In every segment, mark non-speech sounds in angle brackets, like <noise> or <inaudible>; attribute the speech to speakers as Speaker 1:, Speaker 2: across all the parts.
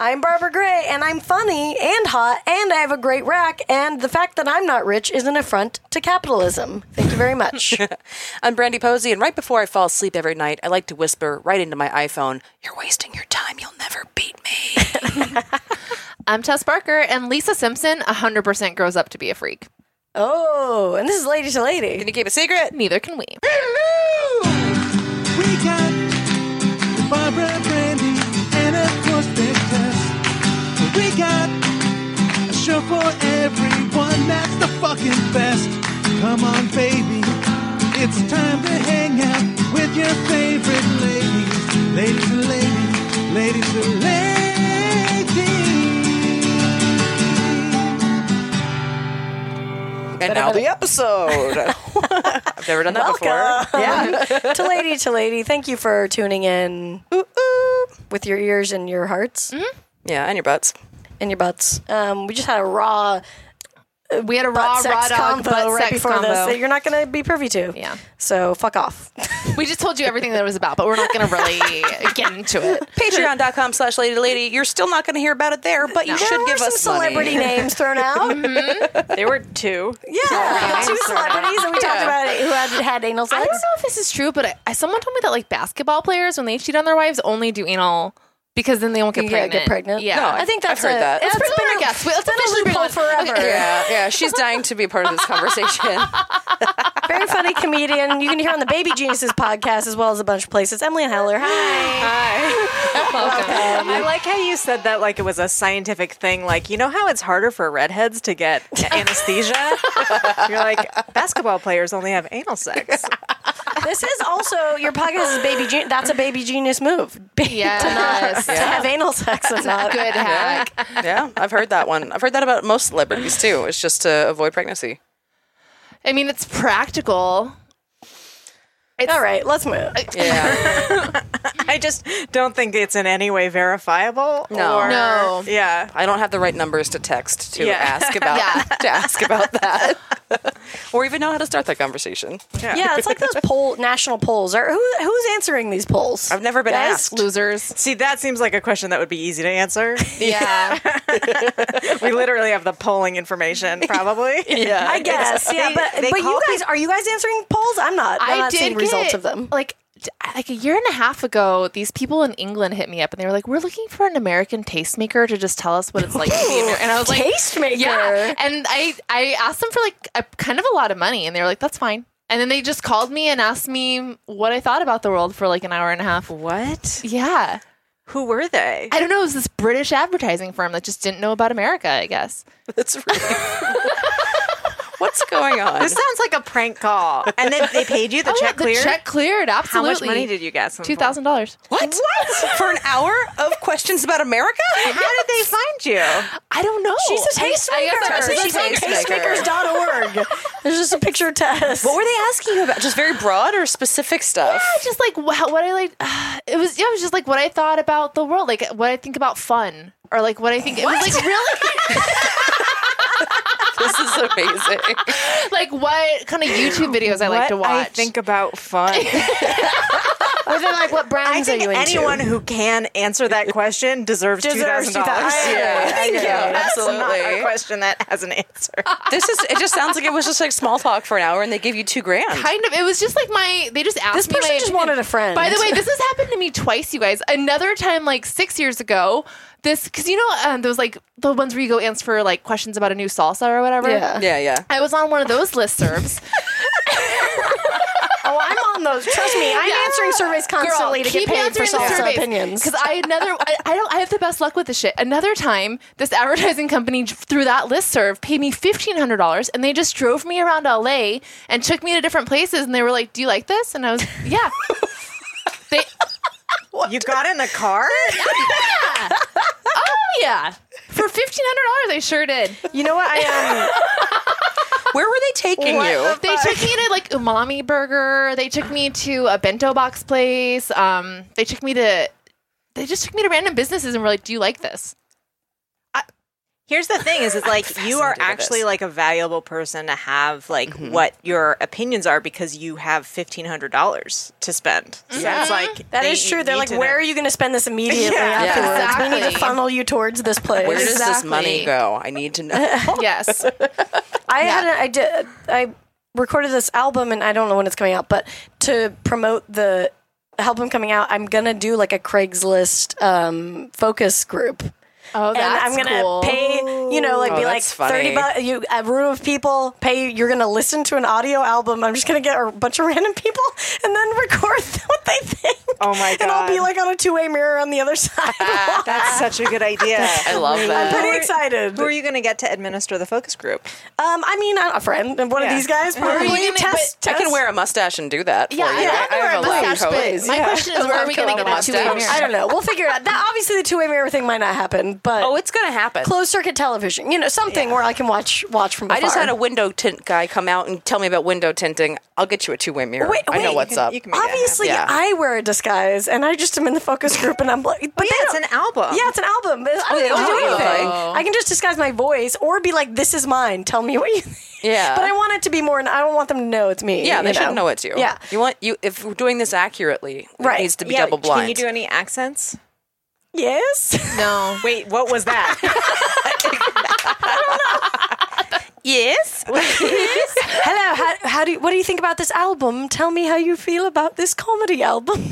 Speaker 1: I'm Barbara Gray, and I'm funny and hot, and I have a great rack, and the fact that I'm not rich is an affront to capitalism. Thank you very
Speaker 2: <laughs>
Speaker 1: much.
Speaker 3: I'm Brandy Posey, and right before I fall asleep every night, I like to whisper right into my iPhone, You're wasting your time. You'll never beat <laughs> me.
Speaker 2: I'm Tess Barker, and Lisa Simpson 100% grows up to be a freak.
Speaker 1: oh, and this is lady to lady.
Speaker 3: Can you keep a secret?
Speaker 2: Neither can we.
Speaker 4: We got Barbara Brandy and of course Big Tess. We got a show for everyone that's the fucking best. Come on, baby. It's time to hang out with your favorite ladies. Ladies and ladies, ladies and ladies.
Speaker 3: And now the episode. <laughs> I've never done that before.
Speaker 1: Yeah. to lady to lady, thank you for tuning in ooh, ooh, with your ears and your hearts
Speaker 2: Mm-hmm.
Speaker 3: Yeah, and your butts.
Speaker 1: and your butts. Um, we just had a raw
Speaker 2: We had a
Speaker 1: butt
Speaker 2: raw, raw
Speaker 1: sex
Speaker 2: dog,
Speaker 1: combo
Speaker 2: butt
Speaker 1: right
Speaker 2: sex
Speaker 1: before
Speaker 2: combo.
Speaker 1: this that you're not going to be privy to.
Speaker 2: Yeah.
Speaker 1: So fuck off.
Speaker 2: We just told you everything that it was about, but we're not going
Speaker 1: <laughs>
Speaker 2: to really get into it.
Speaker 3: Patreon.com slash lady to lady. You're still not going to hear about it there, but you
Speaker 2: No.
Speaker 3: should
Speaker 1: there
Speaker 3: give
Speaker 1: were
Speaker 3: us
Speaker 1: some celebrity
Speaker 3: money.
Speaker 1: names thrown out.
Speaker 5: There were two.
Speaker 1: Yeah,
Speaker 2: <laughs> Yeah.
Speaker 1: two celebrities, and we talked about it, who had had anal
Speaker 2: I
Speaker 1: sex.
Speaker 2: don't know if this is true, but I, I, someone told me that like basketball players, when they cheat on their wives, only do anal because then they won't get
Speaker 1: You
Speaker 2: pregnant.
Speaker 1: get- get pregnant.
Speaker 2: Yeah.
Speaker 3: No,
Speaker 1: I think
Speaker 3: I've
Speaker 1: that's
Speaker 3: heard
Speaker 1: a,
Speaker 3: that.
Speaker 1: It's
Speaker 2: Let's bring
Speaker 1: been
Speaker 2: on
Speaker 1: a
Speaker 2: our guest. Let's
Speaker 1: been a
Speaker 2: officially bring
Speaker 1: loophole
Speaker 2: on-
Speaker 1: forever.
Speaker 2: okay.
Speaker 3: Yeah, yeah. She's dying to be part of <laughs> this conversation.
Speaker 1: Very funny comedian. You can hear on the Baby Geniuses podcast as well as a bunch of places. Emily and Heller. Hi.
Speaker 2: Welcome.
Speaker 5: I like how you said that like it was a scientific thing. Like, you know how it's harder for redheads to get <laughs> anesthesia? You're like, basketball players only have anal
Speaker 2: <laughs>
Speaker 5: sex.
Speaker 1: This is also your podcast is baby. Gen- that's a baby genius move. <laughs>
Speaker 2: <laughs> Yes.
Speaker 1: To have anal sex is not
Speaker 2: Good hack.
Speaker 3: yeah, I've heard that one. I've heard that about most celebrities too. It's just to avoid pregnancy.
Speaker 2: I mean, it's practical. It's,
Speaker 1: All right, let's move.
Speaker 3: Yeah.
Speaker 5: I just don't think it's in any way verifiable.
Speaker 3: No.
Speaker 5: Or,
Speaker 2: No.
Speaker 5: Yeah.
Speaker 3: I don't have the right numbers to text to
Speaker 5: Yeah.
Speaker 3: ask <laughs> about
Speaker 2: Yeah.
Speaker 3: to ask about that. <laughs> or even know how to start that conversation. <laughs>
Speaker 1: Yeah, it's like those poll national polls. Or who who's answering these polls?
Speaker 3: I've never been
Speaker 1: Guys,
Speaker 3: asked.
Speaker 2: Losers.
Speaker 5: See, that seems like a question that would be easy to answer.
Speaker 2: <laughs> Yeah.
Speaker 5: we literally have the polling
Speaker 2: <laughs>
Speaker 5: information, probably.
Speaker 3: Yeah.
Speaker 1: I guess. Yeah,
Speaker 5: They-
Speaker 1: but
Speaker 5: they
Speaker 1: but you
Speaker 5: call
Speaker 1: guys are you guys answering polls? I'm not. I'm
Speaker 2: I
Speaker 1: not
Speaker 2: did
Speaker 1: seeing results
Speaker 2: get,
Speaker 1: of them.
Speaker 2: Like d- like a year and a half ago, these people in England hit me up and they were like, "We're looking for an American tastemaker to just tell us what it's like to be American." And I
Speaker 1: <laughs>
Speaker 2: was like,
Speaker 1: Tastemaker.
Speaker 2: Yeah. And I I asked them for like a, kind of a lot of money, and they were like, "That's fine." And then they just called me and asked me what I thought about the world for like an hour and a half.
Speaker 5: What?
Speaker 2: Yeah.
Speaker 5: Who were they?
Speaker 2: I don't know. It was this British advertising firm that just didn't know about America, I guess.
Speaker 3: That's really <laughs> What's going on?
Speaker 5: This sounds like a prank call. And then they paid you the
Speaker 2: Oh, yeah,
Speaker 5: check cleared?
Speaker 2: The check cleared.
Speaker 5: How
Speaker 2: Absolutely.
Speaker 5: much money did you guess?
Speaker 2: Two thousand dollars.
Speaker 3: what? What? <laughs> For an hour of questions about America?
Speaker 5: How did they find you?
Speaker 2: I don't know.
Speaker 1: She's a tastemaker.
Speaker 2: I, I guess I was a
Speaker 1: She's on
Speaker 2: tastemaker.
Speaker 1: tastemakers.org. There's just a picture of Tess.
Speaker 3: What were they asking you about? Just very broad or specific stuff?
Speaker 2: I just like wha- what I like. <sighs> it was yeah. It was just like what I thought about the world, like what I think about fun, or like what I think. It was like really <laughs>
Speaker 3: This is amazing.
Speaker 2: like what kind of YouTube videos I like to watch.
Speaker 5: I think about fun.
Speaker 1: were they like? What
Speaker 5: I
Speaker 1: brands
Speaker 5: think
Speaker 1: are you into?
Speaker 5: anyone who can answer
Speaker 6: <laughs>
Speaker 5: that question deserves two
Speaker 1: Deserves
Speaker 5: thousand dollars. <laughs>
Speaker 1: $2,000.
Speaker 3: Thank you.
Speaker 5: Not a
Speaker 3: Absolutely.
Speaker 5: question that has an answer.
Speaker 3: <laughs>
Speaker 6: <laughs>
Speaker 3: This is it just sounds like it was just like small talk for an hour and they gave you two grand.
Speaker 2: kind of. It was just like my. They just asked
Speaker 1: This
Speaker 2: me. my
Speaker 1: person just
Speaker 2: opinion.
Speaker 1: wanted a friend.
Speaker 2: By
Speaker 1: <laughs>
Speaker 2: the way, this has happened to me twice, you guys. Another time, like six years ago. This because you know um, those like the ones where you go answer for like questions about a new salsa or whatever.
Speaker 1: Yeah.
Speaker 3: Yeah, yeah.
Speaker 2: I was on one of those listservs.
Speaker 1: Oh, I'm on those. Trust me, I'm answering surveys constantly to get paid for salsa opinions.
Speaker 2: Because I another, I, I don't, I have the best luck with this shit. Another time, this advertising company j- through that listserv paid me fifteen hundred dollars, and they just drove me around LA and took me to different places, and they were like, "Do you like this?" And I was,
Speaker 1: <laughs>
Speaker 2: "Yeah." they,
Speaker 5: You got in the car?
Speaker 2: oh yeah, for fifteen hundred dollars, I sure did.
Speaker 5: You know what?
Speaker 1: um,
Speaker 5: I
Speaker 3: Where were they taking you?
Speaker 2: They took me to like Umami Burger. They took me to a bento box place. Um,
Speaker 1: <laughs>
Speaker 2: they took me to. They just took me to random businesses and were like, "Do you like this?" I,
Speaker 6: <laughs> Here's the thing: is it's like you are
Speaker 3: fascinated by
Speaker 6: actually
Speaker 3: this.
Speaker 6: like a valuable person to have like
Speaker 5: Mm-hmm.
Speaker 6: what your opinions are because you have fifteen hundred dollars to spend. So
Speaker 5: Mm-hmm.
Speaker 6: it's like
Speaker 1: That
Speaker 6: they-
Speaker 1: is
Speaker 6: you
Speaker 1: true. They're
Speaker 6: need
Speaker 1: like,
Speaker 6: to
Speaker 1: where
Speaker 6: know-
Speaker 1: are you going to spend this immediately
Speaker 6: Yeah.
Speaker 1: afterwards? We need to
Speaker 2: Exactly.
Speaker 1: funnel you towards this place.
Speaker 3: Where does this
Speaker 2: Exactly.
Speaker 3: money go? I need to know.
Speaker 2: Yes.
Speaker 1: I had a, I did I recorded this album and I don't know when it's coming out, but to promote the album coming out, I'm gonna do like a Craigslist um, focus group.
Speaker 2: Oh,
Speaker 1: And
Speaker 2: that's
Speaker 1: I'm gonna
Speaker 2: cool.
Speaker 1: pay, you know, like
Speaker 3: Oh,
Speaker 1: be like
Speaker 3: that's funny.
Speaker 1: thirty bucks. You a room of people pay. You're gonna listen to an audio album. I'm just gonna get a bunch of <laughs> random people and then record <laughs> what they think.
Speaker 6: Oh my
Speaker 1: And I'll be
Speaker 6: God.
Speaker 1: like on a two way mirror on the other <laughs> side.
Speaker 6: <laughs> That's such a good idea.
Speaker 3: I <laughs> love that.
Speaker 1: Pretty excited.
Speaker 6: Who are you going to get to administer the focus group?
Speaker 1: Um, I mean, I- a friend, one of
Speaker 6: Yeah.
Speaker 1: these guys probably.
Speaker 2: gonna- but
Speaker 1: test,
Speaker 3: I can
Speaker 1: test.
Speaker 3: wear a mustache and do that.
Speaker 2: Yeah,
Speaker 3: for you.
Speaker 2: I
Speaker 3: I,
Speaker 2: thought they
Speaker 3: I
Speaker 2: were a
Speaker 3: have a lot of
Speaker 2: mustache,
Speaker 3: coats.
Speaker 2: but my question is, where are we going to get a
Speaker 3: mustache.
Speaker 2: two-way
Speaker 1: I
Speaker 2: mirror?
Speaker 1: don't know. We'll figure it out. That obviously the two way mirror thing might not happen, but
Speaker 3: Oh, it's gonna happen.
Speaker 1: closed circuit television, you know, something where I can watch watch from. Afar.
Speaker 3: I just had a window tint guy come out and tell me about window tinting. I'll get you a two-way mirror.
Speaker 1: Wait,
Speaker 3: I know
Speaker 1: wait,
Speaker 3: what's
Speaker 1: you
Speaker 3: up.
Speaker 6: You can make that happen.
Speaker 1: Obviously,
Speaker 3: Yeah.
Speaker 1: I wear a disguise, and I just am in the focus group, and I'm like,
Speaker 3: Oh,
Speaker 1: but
Speaker 6: yeah,
Speaker 1: they
Speaker 6: it's
Speaker 1: don't-
Speaker 6: an album.
Speaker 1: Yeah, it's an album. I don't
Speaker 3: they
Speaker 1: need to do
Speaker 3: don't do
Speaker 1: anything.
Speaker 3: anything.
Speaker 1: I can just disguise my voice, or be like, "This is mine. Tell me what you." think."
Speaker 3: Yeah.
Speaker 1: but I want it to be more. I don't want them to know it's me.
Speaker 3: yeah, they
Speaker 1: you
Speaker 3: should know it's you.
Speaker 1: Yeah,
Speaker 3: you want you if we're doing this accurately,
Speaker 1: Right.
Speaker 3: it needs to be
Speaker 6: Yeah,
Speaker 3: double blind.
Speaker 6: Can you do any accents?
Speaker 1: yes.
Speaker 2: No.
Speaker 6: Oh, Wait, what was that?
Speaker 3: yes,
Speaker 1: <laughs> Hello. How, how do you, what do you think about this album? Tell me how you feel about this comedy album.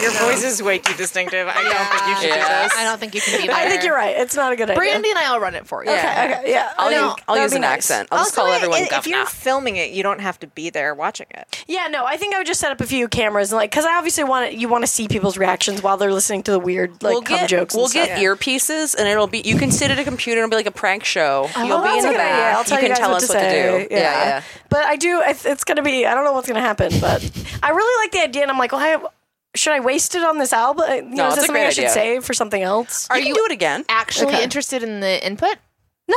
Speaker 6: Your voice is way too distinctive. I don't think you should
Speaker 3: Yeah.
Speaker 6: do this.
Speaker 2: I don't think you can be there.
Speaker 1: I think you're right. It's not a good idea.
Speaker 2: Brandy and I will run it for you.
Speaker 1: Okay, okay, yeah.
Speaker 3: I'll
Speaker 1: No,
Speaker 3: use, I'll
Speaker 1: that
Speaker 3: use
Speaker 1: would be
Speaker 3: an
Speaker 1: nice.
Speaker 3: accent. I'll just
Speaker 6: Also,
Speaker 3: call
Speaker 6: i-
Speaker 3: everyone
Speaker 6: if you're
Speaker 3: governor.
Speaker 6: filming it, you don't have to be there watching it.
Speaker 1: Yeah, no, I think I would just set up a few cameras and like, because I obviously want to, you want to see people's reactions while they're listening to the weird like
Speaker 3: we'll
Speaker 1: cum
Speaker 3: get
Speaker 1: jokes.
Speaker 3: we'll
Speaker 1: and stuff.
Speaker 3: get earpieces, and it'll be you can sit at a computer and be like a prank show. You'll be
Speaker 1: Oh, that's
Speaker 3: in
Speaker 1: a
Speaker 3: the
Speaker 1: good idea.
Speaker 3: back.
Speaker 1: I'll tell you,
Speaker 3: you can
Speaker 1: guys
Speaker 3: tell
Speaker 1: what
Speaker 3: us
Speaker 1: to
Speaker 3: what
Speaker 1: say.
Speaker 3: to do. Yeah, yeah.
Speaker 1: But I do. I, it's gonna be. I don't know what's gonna happen, but I really like the idea, and I'm like, well, I, should I waste it on this album? You know, is
Speaker 3: it's a
Speaker 1: this something
Speaker 3: great
Speaker 1: I should
Speaker 3: idea.
Speaker 1: save for something else?
Speaker 3: Are you, can do it again?
Speaker 2: Actually
Speaker 1: Okay.
Speaker 2: interested in the input?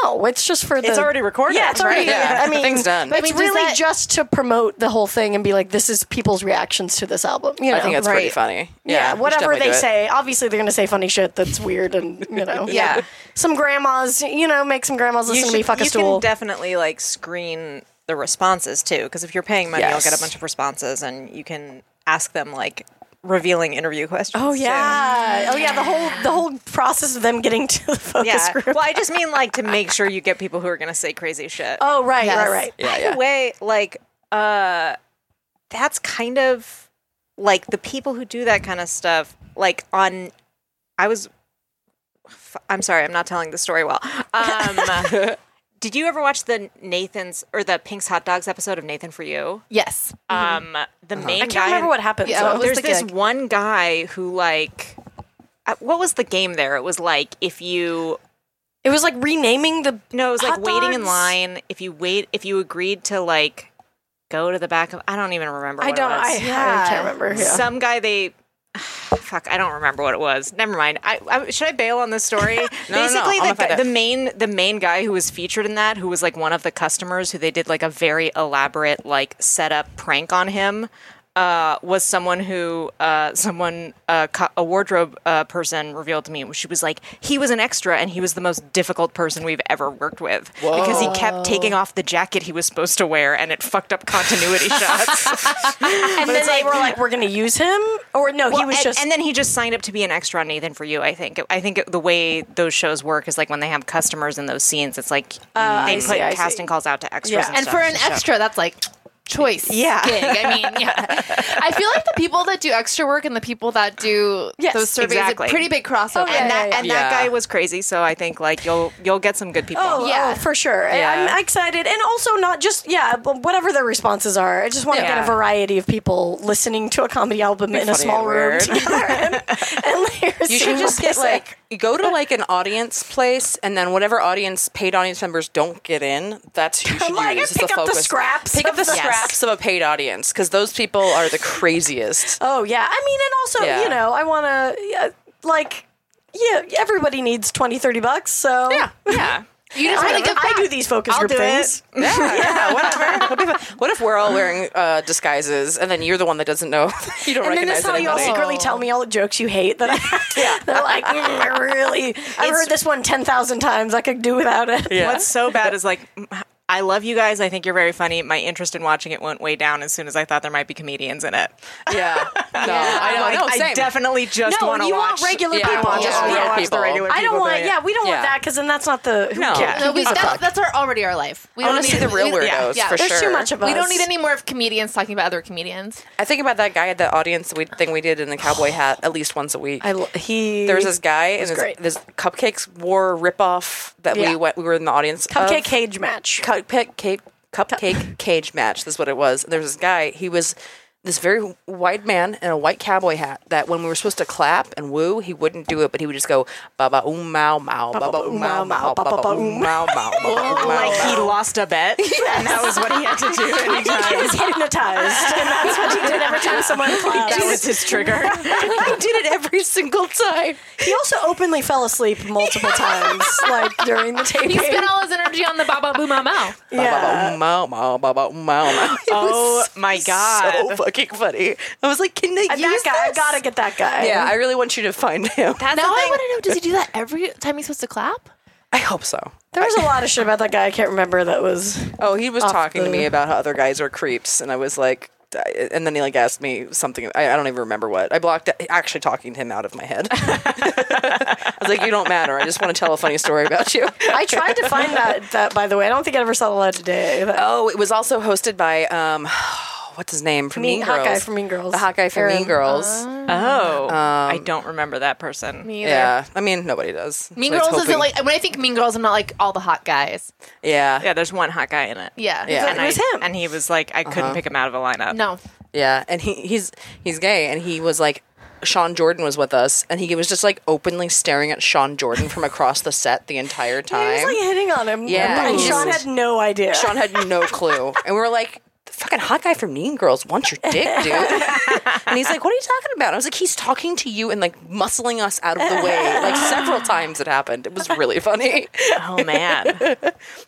Speaker 1: no, it's just for the.
Speaker 6: It's already recorded.
Speaker 1: Yeah, it's already.
Speaker 2: right? Yeah.
Speaker 1: I mean,
Speaker 3: Thing's done.
Speaker 1: It's
Speaker 3: I
Speaker 2: mean, does
Speaker 1: really
Speaker 2: that-
Speaker 1: just to promote the whole thing and be like, this is people's reactions to this album. You know,
Speaker 3: I think that's pretty
Speaker 2: right.
Speaker 3: funny.
Speaker 1: Yeah,
Speaker 3: we should
Speaker 1: whatever
Speaker 3: definitely
Speaker 1: they
Speaker 3: do it.
Speaker 1: say. Obviously, they're going to say funny shit that's weird and, you know.
Speaker 2: Yeah.
Speaker 1: Some grandmas, you know, make some grandmas
Speaker 6: You,
Speaker 1: listen
Speaker 6: should,
Speaker 1: to me fuck a
Speaker 6: you
Speaker 1: stool.
Speaker 6: can definitely like screen the responses too, because if you're paying money,
Speaker 3: Yes.
Speaker 6: you'll get a bunch of responses, and you can ask them like revealing interview questions.
Speaker 1: oh,
Speaker 6: too.
Speaker 1: yeah. Oh, yeah. The whole the whole process of them getting to <laughs> the focus
Speaker 6: yeah.
Speaker 1: group.
Speaker 6: Well, I just mean like to make sure you get people who are going to say crazy shit.
Speaker 1: oh, right,
Speaker 2: Yes.
Speaker 1: right, right.
Speaker 3: Yeah,
Speaker 6: By
Speaker 3: yeah.
Speaker 6: the way, like, uh, that's kind of like the people who do that kind of stuff. Like on, I was. f- I'm sorry, I'm not telling the story well. Um, did you ever watch the Nathan's or the Pink's Hot Dogs episode of Nathan for You?
Speaker 2: Yes.
Speaker 6: Um, the main
Speaker 1: I can't remember what happened.
Speaker 2: Yeah,
Speaker 1: so
Speaker 2: what was
Speaker 6: there's
Speaker 2: the
Speaker 6: this
Speaker 2: gig?
Speaker 6: one guy who like. uh, What was the game there? It was like if you
Speaker 1: It was like renaming the.
Speaker 6: no, it was like
Speaker 1: Hot
Speaker 6: waiting in
Speaker 1: dogs?
Speaker 6: line. If you wait, if you agreed to like go to the back of, I don't even remember.
Speaker 1: I
Speaker 6: What
Speaker 1: don't.
Speaker 6: It
Speaker 1: I,
Speaker 6: was.
Speaker 1: I can't remember. Yeah.
Speaker 6: Some guy they. <sighs> Fuck, I don't remember what it was. Never mind. I, I should I bail on this <laughs> story? Basically,
Speaker 3: I'm gonna
Speaker 6: the, guy-
Speaker 3: find
Speaker 6: the
Speaker 3: it.
Speaker 6: main the main guy who was featured in that, who was like one of the customers, who they did like a very elaborate like setup prank on him, uh, was someone who uh, someone uh, co- a wardrobe uh, person revealed to me. She was like, he was an extra, and he was the most difficult person we've ever worked with because he kept taking off the jacket he was supposed to wear, and it fucked up <laughs> continuity shots.
Speaker 1: and then they were like, we're going to use him? Or no, he
Speaker 6: Well,
Speaker 1: was
Speaker 6: and,
Speaker 1: just.
Speaker 6: and then he just signed up to be an extra on Nathan for You. I think. I think it- the way those shows work is like when they have customers in those scenes, it's like they put
Speaker 1: see, Ah, I see.
Speaker 6: casting calls out to extras.
Speaker 1: Yeah.
Speaker 6: And,
Speaker 2: and
Speaker 6: stuff.
Speaker 2: for an extra, that's like choice.
Speaker 1: Yeah.
Speaker 2: Gig. I mean, yeah. I feel like the people that do extra work and the people that do
Speaker 1: Yes,
Speaker 2: those surveys,
Speaker 6: exactly. Oh,
Speaker 2: a pretty big crossover.
Speaker 1: yeah, yeah,
Speaker 6: and that and that
Speaker 3: Yeah.
Speaker 6: guy was crazy. So I think like you'll you'll get some good people.
Speaker 1: Oh,
Speaker 2: Yeah.
Speaker 1: oh, for sure. I-
Speaker 3: Yeah.
Speaker 1: I'm excited. And also, not just, yeah, but whatever their responses are. I just want to
Speaker 6: Yeah.
Speaker 1: get a variety of people listening to a comedy album in a
Speaker 3: funny
Speaker 1: small
Speaker 3: and
Speaker 1: room
Speaker 3: weird. <laughs>
Speaker 1: together. And, and they're
Speaker 3: You should just get like you go to like an audience place, and then whatever audience paid audience members don't get in, that's who you should
Speaker 1: Like,
Speaker 3: use. as
Speaker 1: pick up the
Speaker 3: focus.
Speaker 1: scraps
Speaker 3: Pick
Speaker 1: of
Speaker 3: up the
Speaker 1: the- Yes.
Speaker 3: scraps of a paid audience because those people are the craziest.
Speaker 1: Oh, yeah. I mean, and also,
Speaker 3: Yeah.
Speaker 1: you know, I want <laughs> to, yeah, like, yeah, everybody needs 20, 30 bucks. So,
Speaker 6: yeah.
Speaker 2: You just want to give
Speaker 1: I
Speaker 2: back.
Speaker 1: do these focus group
Speaker 6: do
Speaker 1: things.
Speaker 6: it.
Speaker 3: Yeah, yeah, whatever. What if, what if we're all wearing uh, disguises and then you're the one that doesn't know? <laughs> you don't
Speaker 1: And then
Speaker 3: recognize
Speaker 1: that's how you all
Speaker 3: anybody.
Speaker 1: secretly tell me all the jokes you hate <laughs>
Speaker 3: <laughs>
Speaker 1: that I, they're like, "Mm, I really, I've heard this one 10,000 times. I could do without it.
Speaker 3: Yeah.
Speaker 6: What's so bad is like, I love you guys. I think you're very funny. My interest in watching it went way down as soon as I thought there might be comedians in it.
Speaker 3: <laughs>
Speaker 1: <laughs>
Speaker 3: Yeah. No, I
Speaker 6: I'm
Speaker 3: know.
Speaker 6: like,
Speaker 3: no,
Speaker 6: I
Speaker 3: same.
Speaker 6: definitely just
Speaker 1: No,
Speaker 6: want to
Speaker 1: you
Speaker 6: watch
Speaker 1: want regular
Speaker 3: yeah, I
Speaker 1: people.
Speaker 3: want
Speaker 6: Just
Speaker 3: Yeah.
Speaker 6: wanna
Speaker 3: Yeah.
Speaker 6: watch
Speaker 3: people.
Speaker 6: the regular
Speaker 1: I don't
Speaker 6: people
Speaker 1: want,
Speaker 6: doing it.
Speaker 1: yeah, we don't
Speaker 3: Yeah.
Speaker 1: want that because then that's not the, who
Speaker 6: No.
Speaker 1: cares?
Speaker 2: No, we,
Speaker 1: Who gives a
Speaker 2: that's,
Speaker 1: fuck?
Speaker 2: that's our already our life. We
Speaker 3: I
Speaker 2: don't
Speaker 3: want to see
Speaker 2: need-
Speaker 3: the real
Speaker 2: we- yeah,
Speaker 3: weirdos
Speaker 2: yeah.
Speaker 3: for
Speaker 1: There's
Speaker 3: sure.
Speaker 1: too much of us.
Speaker 2: We don't need any more of comedians talking about other comedians.
Speaker 3: I think about that guy at the audience we, thing we did in
Speaker 1: <sighs>
Speaker 3: the cowboy hat at least once a week.
Speaker 1: I, lo- he,
Speaker 3: there was this guy and his,
Speaker 1: great.
Speaker 3: this cupcakes war ripoff that
Speaker 1: Yeah.
Speaker 3: we went. We were in the audience. of.
Speaker 1: cupcake cage match.
Speaker 3: cupcake cake, cupcake cage match. That's what it was. And there was this guy. He was this very white man in a white cowboy hat. That when we were supposed to clap and woo, he wouldn't do it, but he would just go um, ba ba oom mow mow ba ba
Speaker 1: um,
Speaker 3: oom mow mow ba ba oom mow mow. ba,
Speaker 1: Oh
Speaker 3: ba, oom, mow,
Speaker 6: Like
Speaker 3: mow."
Speaker 6: he lost a
Speaker 1: <laughs>
Speaker 6: bet, and that was what he had to do.
Speaker 1: <laughs>
Speaker 6: Anytime.
Speaker 1: He was hypnotized, and that's what he did every time someone clapped.
Speaker 6: That was his trigger.
Speaker 3: <laughs> He did it every single time.
Speaker 1: He also openly fell asleep multiple times, like during the taping.
Speaker 2: He spent all his energy on the Baba Boo Mau Mau.
Speaker 3: Ba, ba, ba,
Speaker 1: <laughs> yeah.
Speaker 3: oom, mow mow ba ba oom, mow mow. um, <laughs> It
Speaker 6: Oh
Speaker 3: was
Speaker 6: <laughs> my god.
Speaker 3: so fucking funny. I was like, can they
Speaker 1: And that
Speaker 3: use
Speaker 1: guy, I
Speaker 3: this?
Speaker 1: gotta get that guy.
Speaker 3: Yeah, I really want you to find him.
Speaker 6: That's
Speaker 2: Now
Speaker 6: the
Speaker 2: I
Speaker 6: thing.
Speaker 2: want to know: Does he do that every time he's supposed to clap?
Speaker 3: I hope so.
Speaker 1: There was a lot of shit about that guy. I can't remember that was.
Speaker 3: Oh, he was talking to
Speaker 1: the-
Speaker 3: me about how other guys are creeps, and I was like, I- and then he like asked me something. I, I don't even remember what. I blocked actually talking him out of my head. <laughs> I was like, you don't matter. I just want to tell a funny story about you.
Speaker 1: I tried to find that. <laughs> That by the way, I don't think I ever saw the light of day. That-
Speaker 3: Oh, it was also hosted by um, <sighs> what's his name from
Speaker 1: Mean-
Speaker 3: Mean
Speaker 1: hot
Speaker 3: Girls,
Speaker 1: guy from Mean Girls. uh,
Speaker 3: the hot guy from
Speaker 1: Aaron.
Speaker 3: Mean Girls.
Speaker 6: Oh, I don't remember that person.
Speaker 2: Me either.
Speaker 3: yeah, I mean nobody does.
Speaker 2: Mean
Speaker 3: So it's
Speaker 2: Girls isn't
Speaker 3: hoping-
Speaker 2: like when I think Mean Girls, I'm not like all the hot guys.
Speaker 3: yeah,
Speaker 6: Yeah,
Speaker 3: yeah,
Speaker 6: there's one hot guy in it.
Speaker 2: Yeah.
Speaker 3: Yeah.
Speaker 6: And
Speaker 1: It was
Speaker 6: I-
Speaker 1: him.
Speaker 6: And he was like, I couldn't pick him out of a lineup.
Speaker 2: No.
Speaker 3: and he he's he's gay, and he was like. Sean Jordan was with us, and he was just like openly staring at Sean Jordan from across the set the entire time.
Speaker 1: <laughs> He was like hitting on him.
Speaker 3: Yeah.
Speaker 1: and Sean
Speaker 3: Ooh.
Speaker 1: had no idea.
Speaker 3: Sean had no clue. And we were like, the fucking hot guy from Mean Girls wants your dick, dude. and he's like, what are you talking about? I was like, he's talking to you and like muscling us out of the way. Like several times it happened. It was really funny.
Speaker 6: Oh man.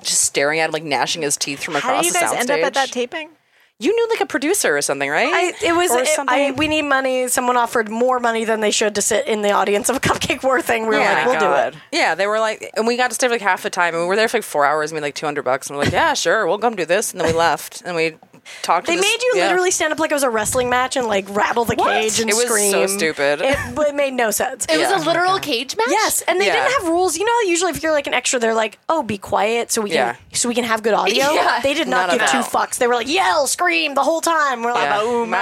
Speaker 3: Just staring at him, like gnashing his teeth from
Speaker 6: How
Speaker 3: across
Speaker 6: do you
Speaker 3: the
Speaker 6: guys
Speaker 3: soundstage.
Speaker 6: end up at that taping?
Speaker 3: you knew like a producer or something, right? <laughs>
Speaker 1: I, it was.
Speaker 3: Or
Speaker 1: it- I, we need money. Someone offered more money than they should to sit in the audience of a cupcake war thing. We were
Speaker 3: Yeah.
Speaker 1: like, we'll
Speaker 6: God.
Speaker 1: do it.
Speaker 3: Oh yeah, they were like, and we got to stay for like half the time, and we were there for like four hours, and we made like two hundred bucks, and we're like, yeah, sure, we'll come do this, and then we left, and we talked. to
Speaker 1: They
Speaker 3: this-
Speaker 1: made you
Speaker 3: yeah.
Speaker 1: literally stand up like it was a wrestling match and like rattle the cage and
Speaker 3: It was so
Speaker 1: scream.
Speaker 3: stupid.
Speaker 1: It, but it made no sense.
Speaker 3: <laughs>
Speaker 2: It
Speaker 3: Yeah. Oh
Speaker 2: was a literal cage match.
Speaker 1: Yes, and they
Speaker 3: Yeah.
Speaker 1: didn't have rules. You know, how usually if you're like an extra, they're like, "Oh, be quiet, so we can
Speaker 3: Yeah.
Speaker 1: so we can have good
Speaker 3: <laughs>
Speaker 1: audio."
Speaker 2: Yeah.
Speaker 1: They did not
Speaker 3: None of
Speaker 1: give two
Speaker 3: that.
Speaker 1: fucks. They were like, "Yell, scream the whole time." We're like,
Speaker 3: Yeah.
Speaker 1: "Boom,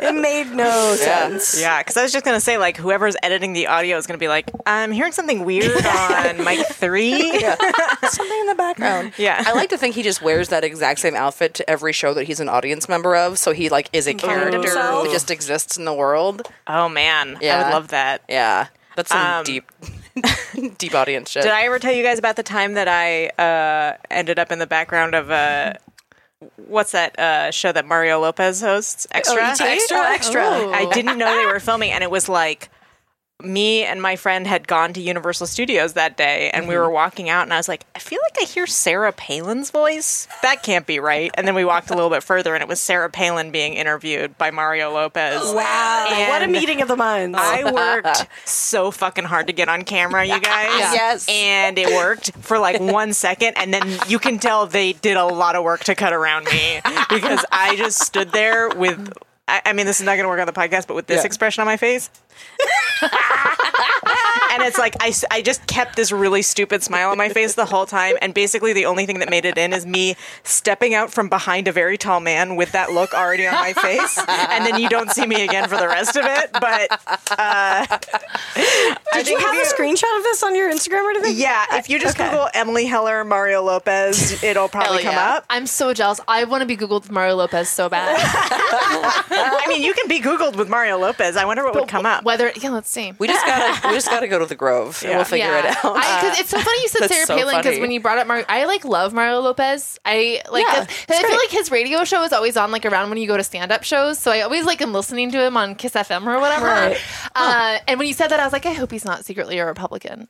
Speaker 1: "It made
Speaker 3: <laughs>
Speaker 1: no sense."
Speaker 6: Yeah, because I was just gonna say, like, whoever's editing the audio is gonna be like, I'm hearing something weird on mic three.
Speaker 1: <laughs>
Speaker 3: something in the background.
Speaker 6: Yeah.
Speaker 3: I like to think he just wears that exact same outfit to every show that he's an audience member of. So he like is a character
Speaker 1: himself.
Speaker 3: who just exists in the world.
Speaker 6: Oh man, I
Speaker 3: Yeah.
Speaker 6: would love that.
Speaker 3: Yeah, that's some
Speaker 6: Um,
Speaker 3: deep, <laughs> deep audience shit.
Speaker 6: Did I ever tell you guys about the time that I uh, ended up in the background of uh, what's that uh, show that Mario Lopez hosts? Extra,
Speaker 1: ET? Oh, Extra.
Speaker 6: I didn't know they were filming, and it was like me and my friend had gone to Universal Studios that day, and we
Speaker 1: Mm-hmm.
Speaker 6: were walking out, and I was like, I feel like I hear Sarah Palin's voice. That can't be right. And then we walked a little bit further, and it was Sarah Palin being interviewed by Mario Lopez.
Speaker 1: Wow, what a
Speaker 6: And-
Speaker 1: meeting of the minds.
Speaker 6: <laughs>
Speaker 3: <laughs>
Speaker 6: I worked so fucking hard to get on camera, you guys.
Speaker 3: <laughs> Yes.
Speaker 6: And it worked for like
Speaker 3: <laughs>
Speaker 6: one second. And then you can tell they did a lot of work to cut around me because I just stood there with. I I mean, this is not going to work on the podcast, but with this
Speaker 3: Yeah.
Speaker 6: expression on my face. and it's like, I, s- I just kept this really stupid smile on my face the whole time. And basically, the only thing that made it in is me stepping out from behind a very tall man with that look already on my face. And then you don't see me again for the rest of it. But uh,
Speaker 1: did you have a screenshot of this on your Instagram or anything?
Speaker 6: Yeah, if you just Google Emily Heller, Mario Lopez, it'll probably come
Speaker 3: yeah.
Speaker 6: up.
Speaker 2: I'm so jealous. I want to be Googled with Mario Lopez
Speaker 3: <laughs>
Speaker 2: so bad.
Speaker 6: I mean, you can be Googled with Mario Lopez. I wonder what would come up.
Speaker 2: Whether yeah, let's see.
Speaker 3: we just gotta, we just gotta go to the Grove and
Speaker 6: Yeah.
Speaker 3: we'll figure
Speaker 2: yeah.
Speaker 3: it out.
Speaker 2: I- 'cause it's <laughs> so funny you said
Speaker 3: That's
Speaker 2: Sarah
Speaker 3: so
Speaker 2: Palin because
Speaker 3: funny.
Speaker 2: when you brought up Mario, I like love Mario Lopez. I like
Speaker 3: Yeah,
Speaker 2: 'cause- 'cause I feel like his radio show is always on like around when you go to stand up shows. So I always like am listening to him on Kiss FM or whatever. Uh, And when you said that, I was like, I hope he's he's not secretly a Republican.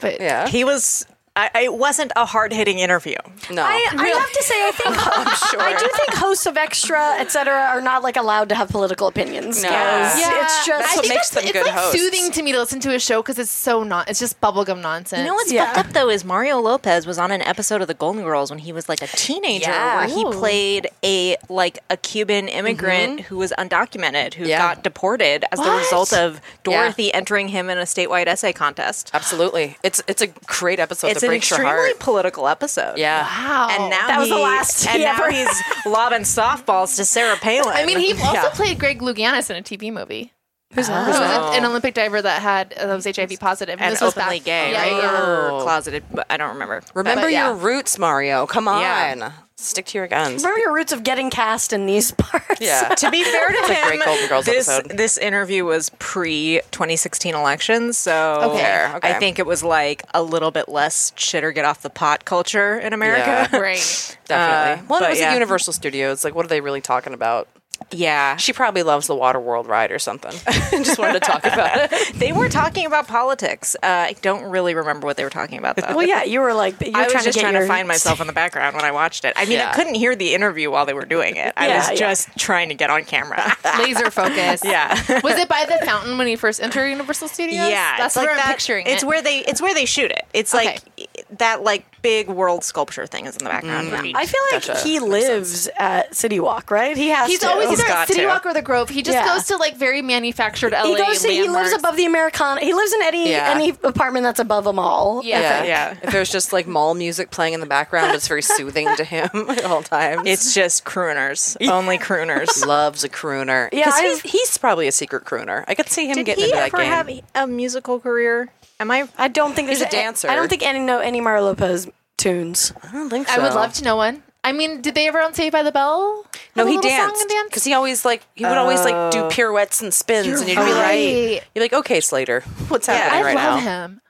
Speaker 2: But
Speaker 3: Yeah.
Speaker 6: He was. I, it wasn't a hard hitting interview.
Speaker 3: no.
Speaker 1: I, I have to say, I think <laughs> I do think hosts of Extra, etc., are not like allowed to have political opinions.
Speaker 3: No.
Speaker 1: guys.
Speaker 2: Yeah.
Speaker 1: it's just
Speaker 3: That's what makes them
Speaker 2: it's
Speaker 3: good
Speaker 2: like
Speaker 3: hosts.
Speaker 2: soothing to me to listen to a show because it's so not. It's just bubblegum nonsense.
Speaker 7: You know what's
Speaker 1: Yeah.
Speaker 7: fucked up though is Mario Lopez was on an episode of The Golden Girls when he was like a teenager,
Speaker 3: Yeah.
Speaker 7: where he played a like a Cuban immigrant who was undocumented who
Speaker 3: Yeah.
Speaker 7: got deported as the
Speaker 2: What?
Speaker 7: result of
Speaker 3: Yeah.
Speaker 7: Dorothy entering him in a statewide essay contest.
Speaker 3: Absolutely. It's it's a great episode
Speaker 7: It's an
Speaker 3: that breaks your
Speaker 7: extremely
Speaker 3: heart.
Speaker 7: political episode.
Speaker 3: yeah.
Speaker 2: Wow.
Speaker 7: And now
Speaker 1: That was the
Speaker 7: he-
Speaker 1: last
Speaker 7: And
Speaker 1: he
Speaker 7: now
Speaker 1: ever-
Speaker 7: he's lobbing softballs to Sarah Palin.
Speaker 2: I mean,
Speaker 6: <laughs>
Speaker 2: he also
Speaker 7: Yeah.
Speaker 2: played Greg Louganis in a TV movie.
Speaker 1: who's
Speaker 2: Who was a- an Olympic diver that had uh, that was HIV positive
Speaker 7: and
Speaker 2: <laughs> this was
Speaker 7: openly
Speaker 2: back-
Speaker 7: gay,
Speaker 2: Yeah,
Speaker 7: right?
Speaker 2: yeah, yeah.
Speaker 7: Or closeted, but I don't remember.
Speaker 3: Remember
Speaker 2: But, yeah.
Speaker 3: your roots, Mario. Come on.
Speaker 7: Yeah.
Speaker 3: Stick to your guns.
Speaker 1: Remember your roots of getting cast in these <laughs> parts.
Speaker 3: Yeah.
Speaker 6: To be fair to
Speaker 3: It's a
Speaker 6: him,
Speaker 3: great Golden Girls
Speaker 6: this
Speaker 3: episode.
Speaker 6: this interview was pre 2016 elections, so
Speaker 2: Okay. Fair,
Speaker 3: okay.
Speaker 6: I think it was like a little bit less shit or get off the pot culture in America.
Speaker 3: Yeah.
Speaker 2: <laughs> Right.
Speaker 3: Definitely.
Speaker 6: Uh,
Speaker 3: well, it
Speaker 6: but
Speaker 3: was at
Speaker 6: yeah.
Speaker 3: Universal Studios. Like, what are they really talking about?
Speaker 6: <laughs> Yeah.
Speaker 3: She probably loves the Waterworld ride or something. <laughs> Just wanted to talk about it.
Speaker 6: They were talking about politics. Uh, I don't really remember what they were talking about though.
Speaker 1: Well, yeah, you were like, you're
Speaker 6: I was
Speaker 1: trying
Speaker 6: just
Speaker 1: to get
Speaker 6: trying
Speaker 1: your,
Speaker 6: to find myself in the background when I watched it. I mean,
Speaker 3: Yeah.
Speaker 6: I couldn't hear the interview while they were doing it. I
Speaker 1: Yeah, yeah.
Speaker 6: was just trying to get on
Speaker 1: <laughs>
Speaker 6: camera.
Speaker 2: Laser focus.
Speaker 6: yeah.
Speaker 2: Was it by the fountain when he first entered Universal Studios?
Speaker 6: Yeah,
Speaker 2: that's
Speaker 6: it's
Speaker 2: where
Speaker 6: like
Speaker 2: I'm
Speaker 6: that-
Speaker 2: picturing
Speaker 6: It's
Speaker 2: it.
Speaker 6: where they it's where they shoot it. It's
Speaker 2: Okay.
Speaker 6: like that like big world sculpture thing is in the background.
Speaker 2: Mm.
Speaker 1: I feel like
Speaker 3: Gotcha.
Speaker 1: he lives at City Walk, right? He has.
Speaker 2: He's
Speaker 1: to.
Speaker 2: always either at
Speaker 6: got
Speaker 2: City
Speaker 6: to.
Speaker 2: Walk or the Grove. He just
Speaker 1: Yeah.
Speaker 2: goes to like very manufactured LA.
Speaker 1: He goes to. He lives
Speaker 2: landmarks.
Speaker 1: above the Americana. He lives in any
Speaker 3: Yeah.
Speaker 1: any apartment that's above a mall.
Speaker 2: Yeah.
Speaker 3: Yeah.
Speaker 6: Yeah.
Speaker 3: If there's just like mall music playing in the background, it's very soothing to him <laughs> at all times.
Speaker 6: It's just crooners, only crooners.
Speaker 3: loves a crooner.
Speaker 1: Yeah,
Speaker 3: 'Cause he's,
Speaker 1: I've-
Speaker 3: he's probably a secret crooner. I could see him
Speaker 6: Did
Speaker 3: getting
Speaker 6: he
Speaker 3: into that
Speaker 6: ever
Speaker 3: game.
Speaker 6: have a musical career? Am I?
Speaker 1: I don't think there's
Speaker 3: He's a dancer.
Speaker 1: I don't think any know any Mario Lopez tunes.
Speaker 3: I don't think so.
Speaker 2: I would love to know one. I mean, did they ever on Saved by the Bell?
Speaker 3: No,
Speaker 2: have a
Speaker 3: he
Speaker 2: little song
Speaker 3: danced Oh.
Speaker 2: and dance?
Speaker 3: because he always like he would always like do pirouettes and spins, and you'd be
Speaker 2: right.
Speaker 3: like, you're like, okay, Slater, what's happening
Speaker 2: I
Speaker 3: right now?
Speaker 2: love him.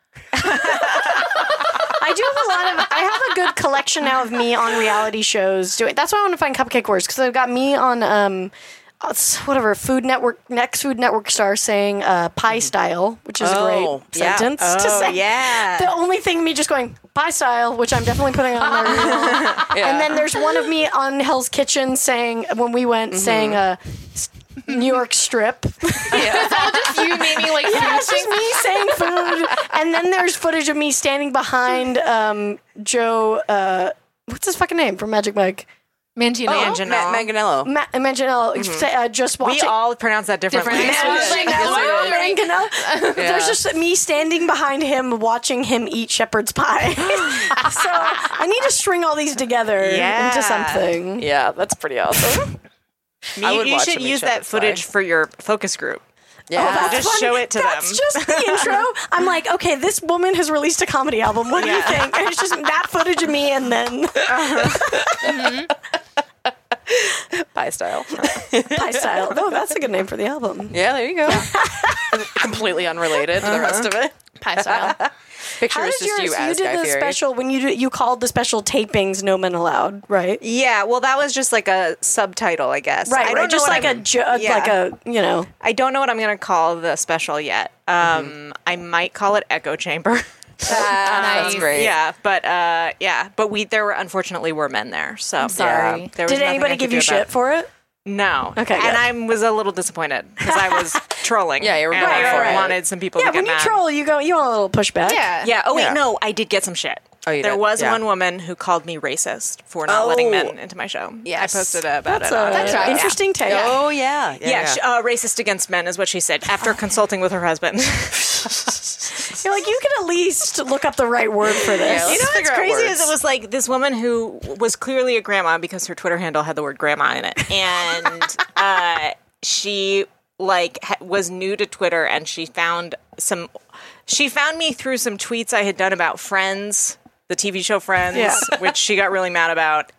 Speaker 1: I do have a lot of. I have a good collection now of me on reality shows. Doing that's why I want to find Cupcake Wars because I've got me on um, uh, s- whatever Food Network next Food Network star saying uh, pie style, which is a
Speaker 3: Mm-hmm. Oh,
Speaker 1: great
Speaker 3: yeah.
Speaker 1: sentence to say.
Speaker 6: yeah.
Speaker 1: The only thing me just going pie style, which I'm definitely putting on
Speaker 3: <laughs>
Speaker 1: my reel. And then there's one of me on Hell's Kitchen saying when we
Speaker 3: Mm-hmm.
Speaker 1: went saying uh, s- New York Strip.
Speaker 2: Just you naming like
Speaker 1: Yeah,
Speaker 2: food
Speaker 1: it's just
Speaker 2: things.
Speaker 1: me saying food. And then there's footage of me standing behind um, Joe. Uh, what's his fucking name from Magic Mike?
Speaker 2: Mangino.
Speaker 6: Mangino.
Speaker 3: Matt Manganello.
Speaker 1: Ma- Manganiello. say, Uh, just
Speaker 6: Mm-hmm. we
Speaker 1: watching.
Speaker 6: all pronounce that differently.
Speaker 2: Different.
Speaker 1: I was like, "No,
Speaker 2: Yes, it is.
Speaker 1: Manganiello." <laughs> There's just me standing behind him, watching him eat shepherd's pie. <laughs> so I need to string all these together
Speaker 6: Yeah.
Speaker 1: into something.
Speaker 3: Yeah, that's pretty awesome.
Speaker 6: You,
Speaker 3: I would
Speaker 6: you
Speaker 3: watch
Speaker 6: should
Speaker 3: him eat
Speaker 6: use that
Speaker 3: shepherd's
Speaker 6: footage
Speaker 3: pie.
Speaker 6: for your focus group.
Speaker 3: <laughs> Yeah,
Speaker 6: Just show it to
Speaker 1: That's
Speaker 6: them.
Speaker 1: just the
Speaker 6: <laughs>
Speaker 1: intro. I'm like, okay, this woman has released a comedy album. What do you think? And it's just that footage of me, and
Speaker 6: <laughs>
Speaker 1: then
Speaker 6: Mm-hmm.
Speaker 3: pie style.
Speaker 1: <laughs> Pie Style. No, that's a good name for the album.
Speaker 3: yeah, there you go. Completely unrelated to the rest of it.
Speaker 2: Pie <laughs> style.
Speaker 3: Picture
Speaker 1: How
Speaker 3: is
Speaker 1: did
Speaker 3: just
Speaker 1: yours?
Speaker 3: you as
Speaker 1: did
Speaker 3: Guy
Speaker 1: the
Speaker 3: Fieri.
Speaker 1: special when you do, you called the special tapings "No Men Allowed," right?
Speaker 6: Yeah, well, that was just like a subtitle, I guess.
Speaker 1: Right,
Speaker 6: I
Speaker 1: right. Just
Speaker 6: what
Speaker 1: like
Speaker 6: I'm-
Speaker 1: a ju- uh,
Speaker 6: Yeah.
Speaker 1: like a you know.
Speaker 6: I don't know what I'm going to call the special yet. Um, I might call it Echo Chamber. <laughs>
Speaker 3: That's great.
Speaker 6: yeah, but uh, yeah, but we there were unfortunately were men there. So
Speaker 2: sorry.
Speaker 6: yeah, there was
Speaker 1: Did
Speaker 6: nothing
Speaker 1: anybody
Speaker 6: I could
Speaker 1: give
Speaker 6: do
Speaker 1: you
Speaker 6: about
Speaker 1: shit
Speaker 6: it.
Speaker 1: for it?
Speaker 6: No.
Speaker 1: Okay, good.
Speaker 6: And I was a little disappointed because I
Speaker 1: <laughs>
Speaker 6: was trolling.
Speaker 3: Yeah, you were
Speaker 6: and
Speaker 3: going
Speaker 6: I
Speaker 3: for it.
Speaker 6: wanted some people
Speaker 1: Yeah,
Speaker 6: to get
Speaker 1: when you
Speaker 6: mad.
Speaker 1: troll, you go you want a little pushback.
Speaker 2: Yeah.
Speaker 6: Yeah. Oh wait,
Speaker 3: Yeah.
Speaker 6: no, I did get some shit.
Speaker 3: Oh, you
Speaker 6: there
Speaker 3: did?
Speaker 6: was
Speaker 3: Yeah.
Speaker 6: one woman who called me racist for not
Speaker 3: Oh.
Speaker 6: letting men into my show.
Speaker 3: Yes.
Speaker 6: I posted about
Speaker 1: That's
Speaker 6: it. on-
Speaker 1: a
Speaker 2: right.
Speaker 1: interesting take.
Speaker 3: Oh yeah, yeah.
Speaker 6: yeah,
Speaker 3: yeah. Oh.
Speaker 6: sh- Uh, racist against men is what she said after consulting with her husband. <laughs>
Speaker 1: You're like you can at least look up the right word for this.
Speaker 6: you know what's
Speaker 3: figure out
Speaker 6: crazy
Speaker 3: words.
Speaker 6: is it was like this woman who was clearly a grandma because her Twitter handle had the word grandma in it, and <laughs> uh, she like ha- was new to Twitter and she found some. She found me through some tweets I had done about Friends, the TV show Friends,
Speaker 1: Yeah.
Speaker 6: which she got really mad about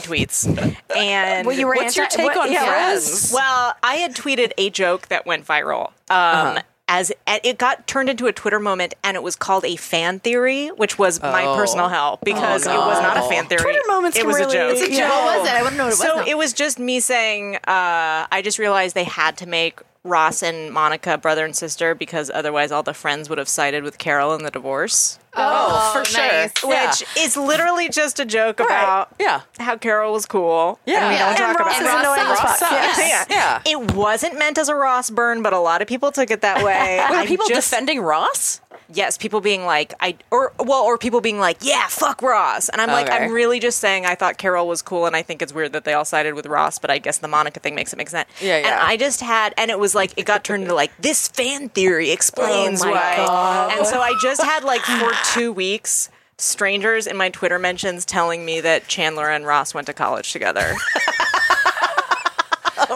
Speaker 3: <laughs>
Speaker 6: tweets. And
Speaker 1: Well, you were
Speaker 3: What's your
Speaker 1: anti-
Speaker 3: take
Speaker 1: what-
Speaker 3: on
Speaker 1: yeah,
Speaker 3: Friends?
Speaker 6: well, I had tweeted a joke that went viral. Um, as and it got turned into a Twitter moment, and it was called a fan theory, which was my personal hell because it was not a fan theory.
Speaker 1: Twitter moments
Speaker 6: It
Speaker 1: can
Speaker 6: was
Speaker 1: really,
Speaker 6: a joke.
Speaker 1: yeah.
Speaker 2: What was it? I want to know what it was.
Speaker 6: So
Speaker 2: now.
Speaker 6: it was just me saying, uh, I just realized they had to make Ross and Monica brother and sister because otherwise all the friends would have sided with Carol in the divorce.
Speaker 2: oh, for
Speaker 3: sure. Yeah.
Speaker 6: Which is literally just a joke about
Speaker 3: Yeah.
Speaker 6: how Carol was cool.
Speaker 3: Yeah.
Speaker 6: And we
Speaker 3: Yeah.
Speaker 6: don't
Speaker 1: And
Speaker 6: talk
Speaker 1: Ross
Speaker 6: about
Speaker 1: is
Speaker 6: it.
Speaker 1: annoying as fuck.
Speaker 2: Ross sucks.
Speaker 1: Yeah.
Speaker 6: Yeah.
Speaker 3: Yeah.
Speaker 6: It wasn't meant as a Ross burn, but a lot of people took it that way.
Speaker 3: Were
Speaker 6: I'm
Speaker 3: people
Speaker 6: just-
Speaker 3: defending Ross?
Speaker 6: yes, people being like, I or well, or people being like, yeah, fuck Ross, and I'm like,
Speaker 3: Okay.
Speaker 6: I'm really just saying I thought Carol was cool, and I think it's weird that they all sided with Ross, but I guess the Monica thing makes it make sense.
Speaker 3: Yeah,
Speaker 6: And
Speaker 3: yeah.
Speaker 6: I just had, and it was like it got turned into like this fan theory explains
Speaker 1: Oh my
Speaker 6: why,
Speaker 1: God.
Speaker 6: and so I just had like for two weeks. Strangers in my Twitter mentions telling me that Chandler and Ross went to college together.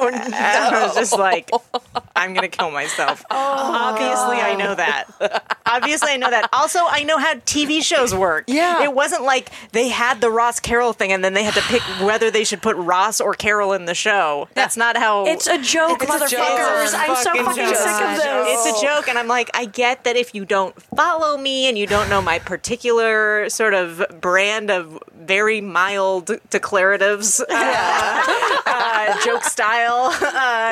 Speaker 6: And <laughs> I was just like, I'm gonna kill myself. Obviously, I know that. Obviously, I know that. Also, I know how TV shows work.
Speaker 3: Yeah.
Speaker 6: it wasn't like they had the Ross Carroll thing, and then they had to pick whether they should put Ross or Carroll in the show. That's not how
Speaker 1: It's a joke,
Speaker 6: It's a
Speaker 1: motherfuckers.
Speaker 6: joke.
Speaker 1: I'm so
Speaker 6: Fucking
Speaker 1: fucking
Speaker 6: joke.
Speaker 1: sick of this.
Speaker 6: It's a joke, and I'm like, I get that if you don't follow me and you don't know my particular sort of brand of very mild declaratives, uh, uh, joke
Speaker 1: <laughs>
Speaker 6: style, uh,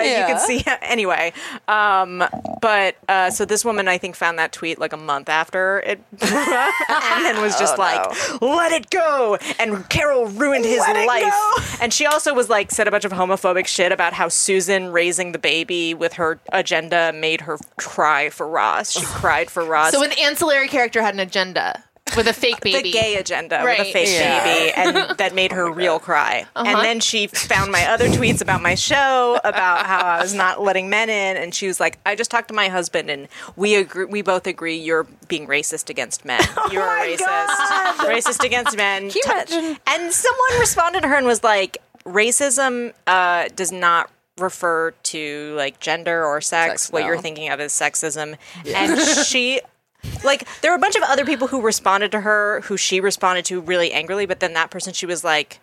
Speaker 3: Yeah.
Speaker 6: you can see. <laughs> Anyway, um, but uh, so this woman, I think, found that tweet like a month after it, <laughs> and then was just like, "Let it go," and Carol ruined his life. And she also was like said a bunch of homophobic shit about how Susan raising the baby with her agenda made her cry for Ross. She cried for Ross.
Speaker 2: So an ancillary character had an agenda with a fake
Speaker 6: the
Speaker 2: baby.
Speaker 6: gay agenda with a
Speaker 2: Right.
Speaker 6: fake
Speaker 3: Yeah.
Speaker 6: baby, and that made her real cry. And then she found my other tweets about my show, about how I was not letting men in, and she was like, "I just talked to my husband, and we agree. We both agree you're being racist against men. You're a racist, racist against men."
Speaker 3: you imagine?
Speaker 6: And someone responded to her and was like, "Racism uh, does not." refer to like gender or sex,
Speaker 3: Sex,
Speaker 6: what
Speaker 3: no.
Speaker 6: you're thinking of as sexism and she like there were a bunch of other people who responded to her who she responded to really angrily but then that person she was like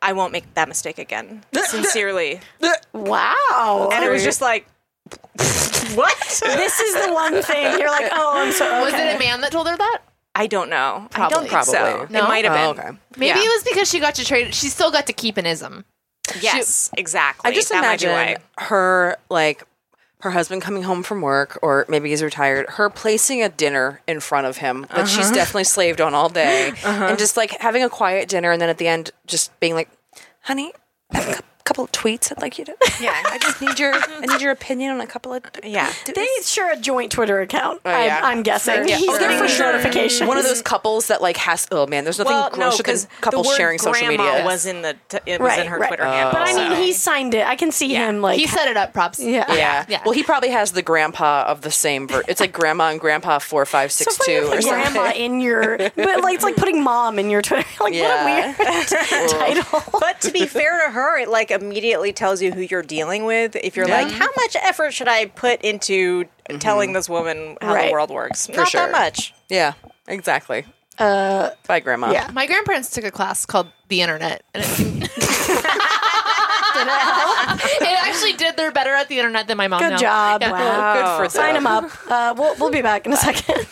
Speaker 6: i won't make that mistake again sincerely
Speaker 1: Wow.
Speaker 6: and it was just like what
Speaker 1: this is the one thing you're like, oh, I'm so. Okay.
Speaker 2: Was it a man that told her that?
Speaker 6: i don't know i don't think
Speaker 3: Probably.
Speaker 6: so
Speaker 3: No?
Speaker 6: it might have
Speaker 3: Oh,
Speaker 6: been
Speaker 3: okay.
Speaker 2: Maybe
Speaker 6: Yeah.
Speaker 2: it was because she got to trade. She still got to keep an ism.
Speaker 6: yes exactly
Speaker 3: I just
Speaker 6: that might be why.
Speaker 3: imagine her like her husband coming home from work or maybe he's retired, her placing a dinner in front of him that
Speaker 6: Uh-huh.
Speaker 3: she's definitely slaved on all
Speaker 6: <laughs>
Speaker 3: day and just like having a quiet dinner and then at the end just being like, "Honey, I have a cou- couple of tweets I'd like you to Yeah, I just need your I need your opinion on a couple of
Speaker 6: yeah
Speaker 1: They share a joint Twitter account.
Speaker 3: yeah.
Speaker 1: I'm, I'm guessing.
Speaker 3: Yeah.
Speaker 1: He's
Speaker 3: Oh,
Speaker 1: getting
Speaker 3: for
Speaker 1: these
Speaker 3: sure.
Speaker 1: notifications.
Speaker 3: one of those couples that like has oh man, there's nothing
Speaker 6: well, no,
Speaker 3: grosser than
Speaker 6: because
Speaker 3: couples
Speaker 6: the word
Speaker 3: sharing social
Speaker 6: grandma
Speaker 3: media. Oh.
Speaker 6: was in the t- it was
Speaker 1: right,
Speaker 6: in her
Speaker 1: right.
Speaker 6: Twitter handle.
Speaker 1: But I mean,
Speaker 6: so-
Speaker 1: he signed it. I can see him like.
Speaker 2: He set it up. Props.
Speaker 1: yeah.
Speaker 3: Yeah.
Speaker 2: Yeah.
Speaker 3: Well, he probably has the grandpa of the same. Ver- it's like grandma and grandpa four, five, six,
Speaker 1: It's like
Speaker 3: two,
Speaker 1: you
Speaker 3: or
Speaker 1: put
Speaker 3: something.
Speaker 1: grandma in your, but like it's like putting mom in your Twitter. <laughs> Like
Speaker 3: Yeah.
Speaker 1: what a weird title.
Speaker 6: But to be fair to her, it like immediately tells you who you're dealing with. If you're like, how much effort should I put into telling this woman how
Speaker 1: Right.
Speaker 6: the world works? Not
Speaker 3: sure.
Speaker 6: that much.
Speaker 3: Yeah, exactly. Uh, Bye, grandma.
Speaker 1: yeah.
Speaker 2: My grandparents took a class called the Internet, and it, <laughs> did it, help? it actually did. They're better at the Internet than my mom.
Speaker 1: Good
Speaker 2: now.
Speaker 1: job.
Speaker 2: Yeah.
Speaker 1: Wow.
Speaker 3: Good for
Speaker 1: Sign
Speaker 3: them.
Speaker 1: him up. Uh, we'll we'll be back in a second.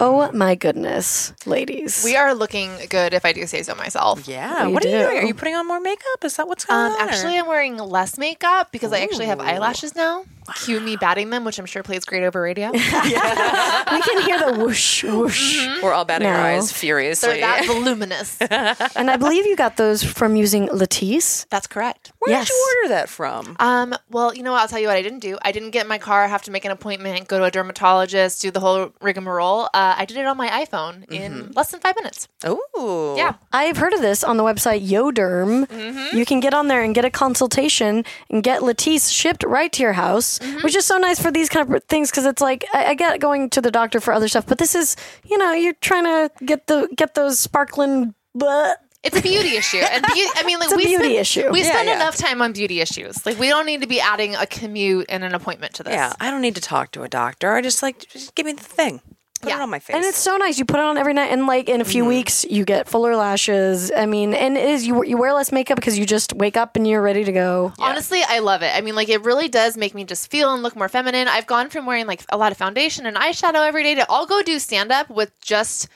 Speaker 1: Oh my goodness, ladies.
Speaker 2: We are looking good, if I do say so myself.
Speaker 3: Yeah.
Speaker 1: You
Speaker 3: what are you
Speaker 1: do.
Speaker 3: doing? Are you putting on more makeup? Is that what's going
Speaker 2: Um,
Speaker 3: on? or-
Speaker 2: actually, I'm wearing less makeup because I actually have eyelashes now. Cue me batting them, which I'm sure plays great
Speaker 1: <laughs>
Speaker 2: over radio. They're
Speaker 1: we can hear the whoosh whoosh.
Speaker 3: we're all batting our
Speaker 1: No.
Speaker 3: eyes furiously.
Speaker 2: that
Speaker 1: <laughs>
Speaker 2: voluminous.
Speaker 1: And I believe you got those from using Latisse.
Speaker 2: That's correct.
Speaker 3: Where
Speaker 1: Yes.
Speaker 3: did you order that from?
Speaker 2: Um, well, you know what? I'll tell you what I didn't do. I didn't get in my car, have to make an appointment, go to a dermatologist, do the whole rigmarole. Uh, I did it on my iPhone
Speaker 1: Mm-hmm.
Speaker 2: in less than five minutes.
Speaker 3: Oh,
Speaker 2: Yeah.
Speaker 1: I've heard of this on the website Yoderm. You can get on there and get a consultation and get Latisse shipped right to your house, which is so nice for these kind of things because it's like I, I get going to the doctor for other stuff, but this is you know you're trying to get the get those sparkling but
Speaker 2: It's a beauty issue, and beau- I
Speaker 1: <laughs>
Speaker 2: mean, like
Speaker 1: a
Speaker 2: we
Speaker 1: beauty
Speaker 2: spend,
Speaker 1: issue.
Speaker 2: We
Speaker 1: Yeah,
Speaker 2: spend
Speaker 3: yeah.
Speaker 2: enough time on beauty issues. Like we don't need to be adding a commute and an appointment to this.
Speaker 3: Yeah. I don't need to talk to a doctor. I just like just give me the thing. Put it on my face.
Speaker 1: And it's so nice. You put it on every night, and like in a few weeks, you get fuller lashes. I mean, and it is you you wear less makeup because you just wake up and you're ready to go.
Speaker 2: Honestly, I love it. I mean, like, it really does make me just feel and look more feminine. I've gone from wearing like a lot of foundation and eyeshadow every day to I'll go do stand up with just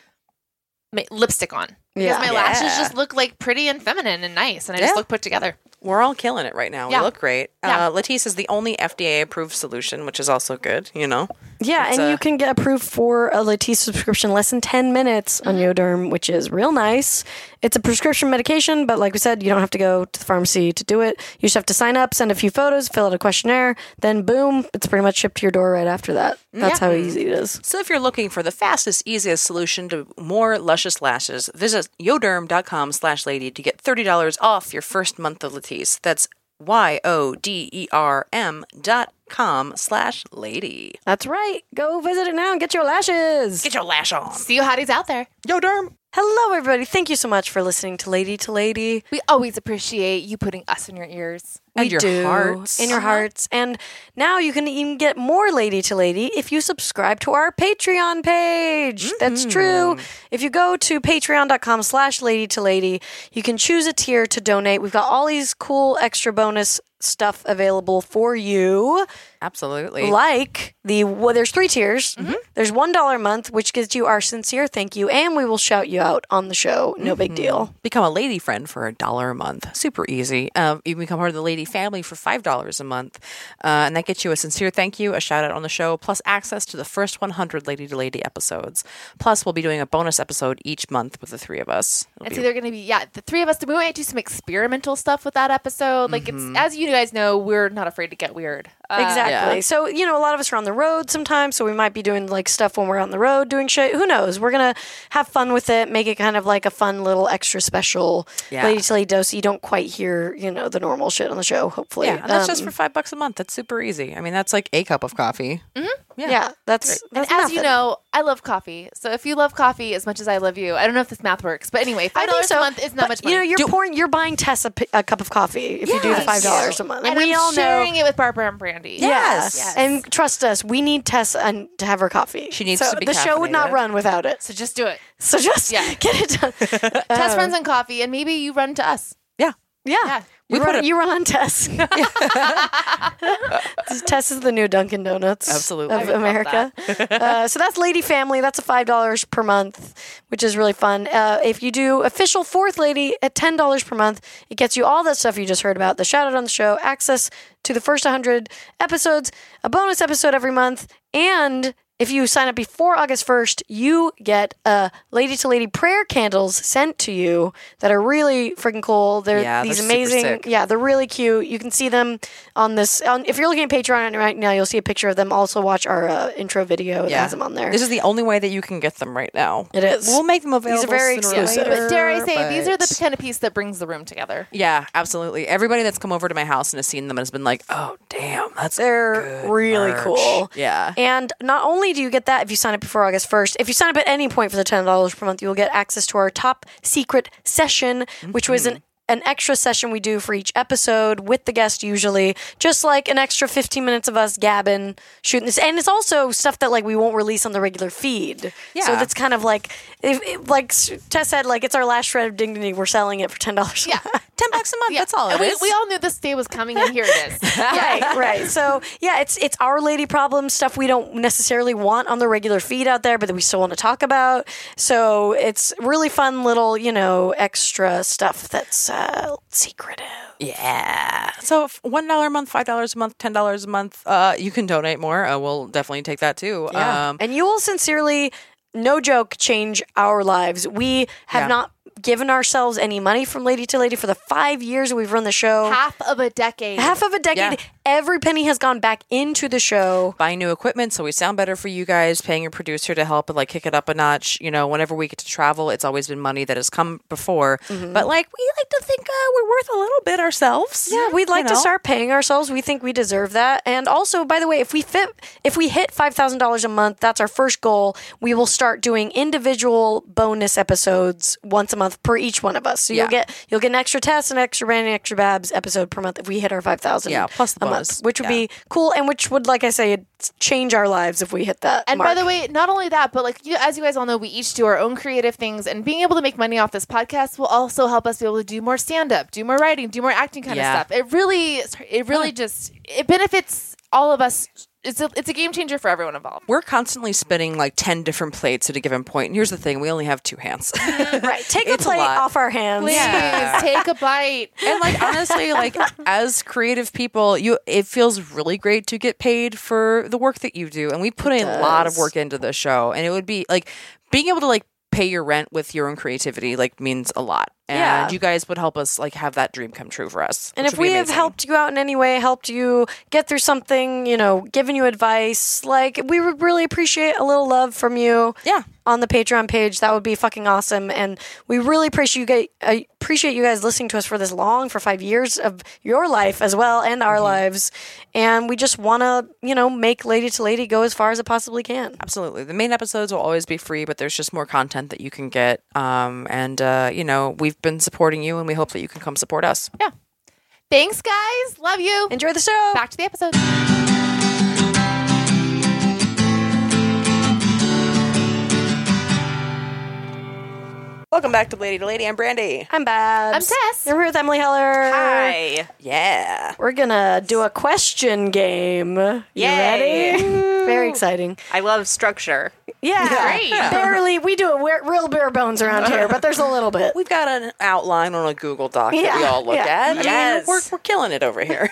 Speaker 2: ma- lipstick on because
Speaker 1: Yeah.
Speaker 2: my lashes just look like pretty and feminine and nice, and I
Speaker 3: Yeah.
Speaker 2: just look put together.
Speaker 3: We're all killing it right now.
Speaker 2: Yeah.
Speaker 3: We look great.
Speaker 2: Yeah.
Speaker 3: Uh, Latisse is the only FDA approved solution, which is also good, you know?
Speaker 1: Yeah,
Speaker 3: It's
Speaker 1: and
Speaker 3: a-
Speaker 1: you can get approved for a Latisse subscription less than 10 minutes on
Speaker 3: Mm-hmm.
Speaker 1: Yoderm, which is real nice. It's a prescription medication, but like we said, you don't have to go to the pharmacy to do it. You just have to sign up, send a few photos, fill out a questionnaire, then boom, it's pretty much shipped to your door right after that. That's how easy it is.
Speaker 3: So if you're looking for the fastest, easiest solution to more luscious lashes, visit yoderm.com slash lady to get $30 off your first month of Latisse. That's Y-O-D-E-R-M E dot com slash lady.
Speaker 1: That's right. Go visit it now and get your lashes.
Speaker 3: Get your lash on.
Speaker 2: See you hotties out there.
Speaker 3: Yoderm.
Speaker 1: Hello, everybody. Thank you so much for listening to Lady to Lady.
Speaker 2: We always appreciate you putting us in your ears.
Speaker 3: And
Speaker 1: We
Speaker 3: your
Speaker 1: do.
Speaker 3: hearts. Uh-huh.
Speaker 1: In your hearts. And now you can even get more Lady to Lady if you subscribe to our Patreon page. That's true.
Speaker 3: Mm-hmm.
Speaker 1: If you go to patreon.com slash lady to lady, you can choose a tier to donate. We've got all these cool extra bonus stuff available for you.
Speaker 3: Absolutely.
Speaker 1: Like the well, there's three tiers.
Speaker 3: Mm-hmm.
Speaker 1: There's one dollar a month, which gives you our sincere thank you, and we will shout you out on the show. No big
Speaker 3: Mm-hmm.
Speaker 1: deal.
Speaker 3: Become a lady friend for a dollar a month. Super easy. Um, you can become part of the lady family for $5 a month. Uh, and that gets you a sincere thank you, a shout out on the show, plus access to the first 100 Lady to Lady episodes. Plus, we'll be doing a bonus episode each month with the three of us. It'll
Speaker 2: It's
Speaker 3: be-
Speaker 2: either going to be yeah, the three of us. We might do some experimental stuff with that episode. Like it's as you guys know, we're not afraid to get weird. Uh,
Speaker 1: Exactly.
Speaker 3: Yeah.
Speaker 1: So, you know, a lot of us are on the road sometimes, so we might be doing like stuff when we're on the road doing shit. Who knows? We're going to have fun with it, make it kind of like a fun little extra special
Speaker 3: Yeah.
Speaker 1: Lady Tilly dose. so You don't quite hear, you know, the normal shit on the show, hopefully.
Speaker 3: yeah, and that's just
Speaker 1: Um,
Speaker 3: for five bucks a month. That's super easy. I mean, that's like a cup of coffee.
Speaker 1: Mm-hmm. Yeah, that's, that's
Speaker 2: As you
Speaker 1: nothing.
Speaker 2: know, I love coffee. So if you love coffee as much as I love you, I don't know if this math works, but anyway,
Speaker 1: I
Speaker 2: five
Speaker 1: think
Speaker 2: dollars
Speaker 1: so.
Speaker 2: a month is not
Speaker 1: But,
Speaker 2: much
Speaker 1: You
Speaker 2: money.
Speaker 1: know, you're pouring, you're buying Tess a, p- a cup of coffee if you do the
Speaker 2: Yes.
Speaker 1: five dollars a month,
Speaker 2: and
Speaker 1: we
Speaker 2: I'm
Speaker 1: all
Speaker 2: sharing
Speaker 1: know.
Speaker 2: it with Barbara and Brandy.
Speaker 3: Yes.
Speaker 1: and trust us, we need Tess and to have her coffee.
Speaker 3: She needs
Speaker 1: so
Speaker 3: to be
Speaker 1: The show would not
Speaker 3: caffeinated.
Speaker 1: run without it.
Speaker 2: So just do it.
Speaker 1: So just
Speaker 2: Yeah.
Speaker 1: <laughs> get it done.
Speaker 2: <laughs> Test
Speaker 1: Um,
Speaker 2: runs on coffee, and maybe you run to us.
Speaker 3: Yeah.
Speaker 1: Yeah.
Speaker 3: We
Speaker 1: you,
Speaker 3: put
Speaker 1: run,
Speaker 3: a-
Speaker 1: you run on
Speaker 3: <laughs>
Speaker 1: Tess. <laughs> Tess is the new Dunkin' Donuts
Speaker 3: Absolutely. I
Speaker 1: of
Speaker 3: would love
Speaker 1: America.
Speaker 3: <laughs>
Speaker 1: uh, so that's Lady Family. That's a $5 per month, which is really fun. Uh, if you do official Fourth Lady at $10 per month, it gets you all that stuff you just heard about the shout out on the show, access to the first 100 episodes, a bonus episode every month, and. If you sign up before August 1st, you get uh, Lady to Lady prayer candles sent to you that are really freaking cool. They're
Speaker 3: Yeah,
Speaker 1: these
Speaker 3: they're super
Speaker 1: amazing
Speaker 3: sick.
Speaker 1: yeah they're really cute you can see them on this on, if you're looking at patreon right now you'll see a picture of them also watch our uh, intro video that has them on there
Speaker 3: This is the only way that you can get them right now.
Speaker 1: It is.
Speaker 3: We'll make them available.
Speaker 1: very
Speaker 3: sooner or
Speaker 1: exclusive.
Speaker 3: later,
Speaker 2: But dare I say, these are
Speaker 3: but-
Speaker 2: the kind of piece that brings the room together.
Speaker 3: Yeah, absolutely. Everybody that's come over to my house and has seen them has been like, "Oh, damn, that's
Speaker 1: they're
Speaker 3: good
Speaker 1: really
Speaker 3: merch."
Speaker 1: cool
Speaker 3: Yeah,
Speaker 1: and not only do you get that if you sign up before august 1st if you sign up at any point for the $10 per month you'll get access to our top secret session which was an
Speaker 3: Mm-hmm.
Speaker 1: an extra session we do for each episode with the guest usually just like an extra 15 minutes of us gabbing shooting this and it's also stuff that like we won't release on the regular feed so
Speaker 3: Yeah.
Speaker 1: that's kind of like if, if- like tess said like it's our last shred of dignity we're selling it for $10
Speaker 2: Yeah.
Speaker 3: ten bucks a month. That's all.
Speaker 2: And
Speaker 3: It
Speaker 2: we,
Speaker 3: is.
Speaker 2: we all knew this day was coming, and here it
Speaker 1: <laughs>
Speaker 2: is.
Speaker 3: <laughs>
Speaker 1: right, right. So yeah, it's it's our lady problem stuff we don't necessarily want on the regular feed out there, but that we still want to talk about. So it's really fun little you know extra stuff that's uh, secretive.
Speaker 3: yeah. So if one dollar a month, five dollars a month, ten dollars a month. Uh, you can donate more. Uh, we'll definitely take that too. Um,
Speaker 1: and you will sincerely, no joke, change our lives. We have
Speaker 3: Yeah.
Speaker 1: not given ourselves any money from lady to lady for the five years we've run the show.
Speaker 2: Half of a decade.
Speaker 1: Half of a decade,
Speaker 3: Yeah.
Speaker 1: every penny has gone back into the show.
Speaker 3: buying new equipment so we sound better for you guys paying your producer to help and like kick it up a notch Mm-hmm. you know whenever we get to travel it's always been money that has come before but like we like to think uh, we're worth a little bit ourselves.
Speaker 1: Yeah, we'd like
Speaker 3: you
Speaker 1: to
Speaker 3: know?
Speaker 1: start paying ourselves. We think we deserve that. And also, by the way, if we fit, if we hit five thousand dollars a month, that's our first goal. We will start doing individual bonus episodes once a month per each one of us. So
Speaker 3: Yeah.
Speaker 1: you'll get you'll get an extra test, an extra brand, an extra Babs episode per month if we hit our five thousand.
Speaker 3: Yeah, plus the
Speaker 1: a
Speaker 3: bonus.
Speaker 1: month, which would be cool, and which would, like I say, it'd change our lives if we hit that.
Speaker 2: And by
Speaker 1: mark.
Speaker 2: the way, not only that, but like you, as you guys all know, we each do our own creative things, and being able to make money off this podcast will also help us be able to do more stand up, do more writing, do more acting kind
Speaker 3: Yeah.
Speaker 2: of stuff. It really, it really just it benefits all of us. It's a, it's a game changer for everyone involved.
Speaker 3: We're constantly spinning like 10 different plates at a given point. And here's the thing we only have two <laughs> hands.
Speaker 1: right, take a
Speaker 3: It's a
Speaker 1: plate
Speaker 3: lot.
Speaker 1: off our hands.
Speaker 2: Please take a bite.
Speaker 3: and like honestly like as creative people you it feels really great to get paid for the work that you do and we put a lot of work into the show and it would be like being able to like pay your rent with your own creativity like means a lot and
Speaker 1: Yeah.
Speaker 3: you guys would help us like have that dream come true for us
Speaker 1: And
Speaker 3: which
Speaker 1: if
Speaker 3: would be
Speaker 1: we have
Speaker 3: amazing.
Speaker 1: helped you out in any way, helped you get through something, you know, given you advice, like we would really appreciate a little love from you.
Speaker 3: Yeah.
Speaker 1: On the Patreon page, that would be fucking awesome, and we really appreciate you guys, appreciate you guys listening to us for this long, for five years of your life as well and our lives, and we just want to, you know, make Lady to Lady go as far as it possibly can.
Speaker 3: Absolutely. The main episodes will always be free, but there's just more content that you can get. Um, and, uh, you know, we've been supporting you and we hope that you can come support us.
Speaker 2: Thanks, guys. Love you.
Speaker 1: Enjoy the show.
Speaker 2: Back to the episode.
Speaker 3: Welcome back to Lady to Lady. I'm Brandy.
Speaker 1: I'm Babs.
Speaker 2: I'm Tess.
Speaker 1: You're here with Emily Heller.
Speaker 6: Hi.
Speaker 3: Yeah.
Speaker 1: We're gonna do a question game. You
Speaker 6: Yay.
Speaker 1: ready? Very exciting.
Speaker 6: I love structure.
Speaker 1: Yeah, barely. We do it we're real bare bones around here, but there's a little bit.
Speaker 3: We've got an outline on a Google Doc that we
Speaker 1: Yeah,
Speaker 3: all look
Speaker 1: yeah.
Speaker 3: at. I mean,
Speaker 6: Yes.
Speaker 3: we're, we're killing it over <laughs> here.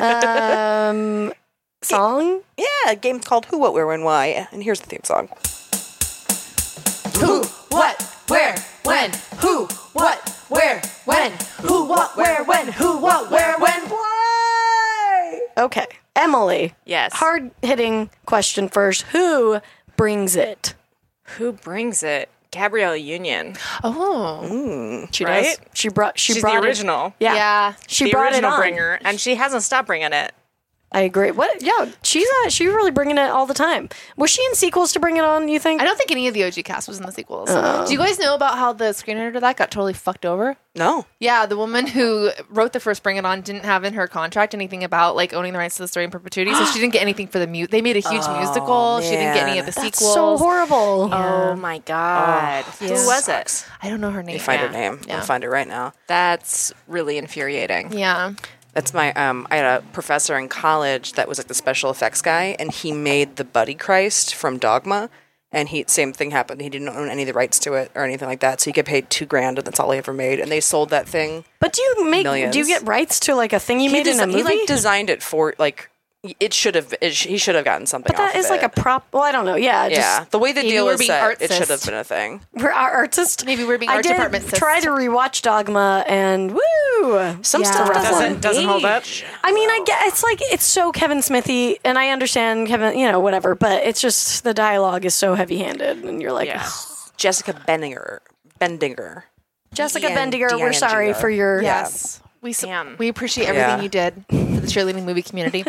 Speaker 1: Um, song.
Speaker 3: yeah, a game's called Who, What, Where, When, Why. And here's the theme song.
Speaker 2: Who, what, where, when? Who, what, where, when? Who, what, where, when? Who, what, where, when?
Speaker 1: Okay, Emily.
Speaker 6: Yes.
Speaker 1: Hard hitting question first. Who brings it?
Speaker 6: Who brings it? Gabrielle Union,
Speaker 2: Oh,
Speaker 1: She
Speaker 6: right?
Speaker 1: She brought. She
Speaker 6: She's
Speaker 1: brought
Speaker 6: the
Speaker 1: it-
Speaker 6: original.
Speaker 1: Yeah.
Speaker 2: Yeah.
Speaker 1: She
Speaker 6: the
Speaker 1: brought it
Speaker 6: original
Speaker 1: on.
Speaker 6: bringer, and she hasn't stopped bringing it.
Speaker 1: I agree. What? Yeah. She's uh, she really bringing it all the time. Was she in sequels to Bring It On? You think?
Speaker 2: I don't think any of the OG cast was in the sequels.
Speaker 1: Oh.
Speaker 2: Do you guys know about how the screenwriter of that got totally fucked over?
Speaker 3: No.
Speaker 2: Yeah, the woman who wrote the first Bring It On didn't have in her contract anything about like owning the rights to the story in
Speaker 1: <gasps>
Speaker 2: perpetuity, so she didn't get anything for the mute. They made a huge musical. She didn't get any of the
Speaker 1: Oh, That's
Speaker 2: sequels.
Speaker 1: so horrible.
Speaker 3: uh,
Speaker 6: Oh my
Speaker 1: Ah.
Speaker 6: god. Who was it?
Speaker 2: I don't know her name.
Speaker 3: Find her
Speaker 2: Yeah.
Speaker 3: name.
Speaker 2: Yeah.
Speaker 3: I'll find it right now.
Speaker 6: That's really infuriating.
Speaker 2: Yeah.
Speaker 3: That's my um I had a professor in college that was like the special effects guy and he made the Buddy Christ from Dogma and he same thing happened. He didn't own any of the rights to it or anything like that. So he got paid two grand and that's all he ever made. And they sold that thing.
Speaker 1: But do you make? Do you
Speaker 3: Millions.
Speaker 1: get rights to like a thing you
Speaker 3: He,
Speaker 1: made in a
Speaker 3: desi- he,
Speaker 1: movie?
Speaker 3: like designed it for like it should have it sh- he should have gotten something.
Speaker 1: but that
Speaker 3: off of
Speaker 1: is like
Speaker 3: it.
Speaker 1: a prop. Well, I don't know. Yeah. I Just,
Speaker 3: yeah. The way the
Speaker 2: Maybe
Speaker 3: deal
Speaker 2: we're
Speaker 3: was
Speaker 2: being
Speaker 3: set, it
Speaker 2: artsist.
Speaker 3: should have been a thing.
Speaker 1: We're our artist.
Speaker 2: Maybe we're being
Speaker 1: I
Speaker 2: art
Speaker 1: did
Speaker 2: department sis.
Speaker 1: try to rewatch Dogma and woo.
Speaker 3: Some
Speaker 1: Yeah.
Speaker 3: stuff doesn't,
Speaker 6: Doesn't doesn't hold up.
Speaker 1: I mean, I get it's like it's so Kevin Smithy, and I understand Kevin, you know, whatever. But it's just the dialogue is so heavy-handed, and you're like,
Speaker 6: Yeah.
Speaker 3: Jessica Benninger. Bendinger.
Speaker 1: Jessica
Speaker 3: D-I-N-G-O.
Speaker 1: Bendiger, we're sorry for your
Speaker 2: Yes. We, s-
Speaker 6: Damn.
Speaker 2: we appreciate everything
Speaker 3: Yeah.
Speaker 2: you did for the cheerleading
Speaker 1: <laughs>
Speaker 2: movie community.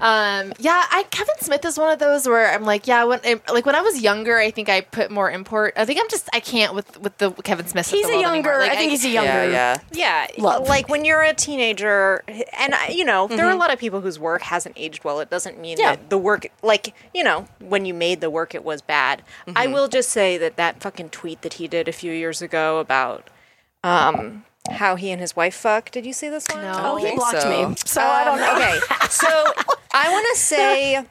Speaker 2: um, yeah, I Kevin Smith is one of those where I'm like, yeah, when I- like when I was younger, I think I put more import. I think I'm just I can't with with the Kevin Smith. of
Speaker 1: He's a
Speaker 2: the world
Speaker 1: younger.
Speaker 2: anymore. Like,
Speaker 1: I think he's a younger.
Speaker 3: Yeah, yeah.
Speaker 6: Yeah,
Speaker 1: Love.
Speaker 6: like when you're a teenager, and I- you know there are a lot of people whose work hasn't aged well. It doesn't mean that the work, like you know, when you made the work, it was bad. I will just say that that fucking tweet that he did a few years ago about um, how he and his wife fuck. Did you see this one?
Speaker 2: No.
Speaker 1: Oh, he
Speaker 3: think
Speaker 1: blocked
Speaker 3: so.
Speaker 1: me, so Oh, I don't know. <laughs>
Speaker 6: Um, Okay, so I want to say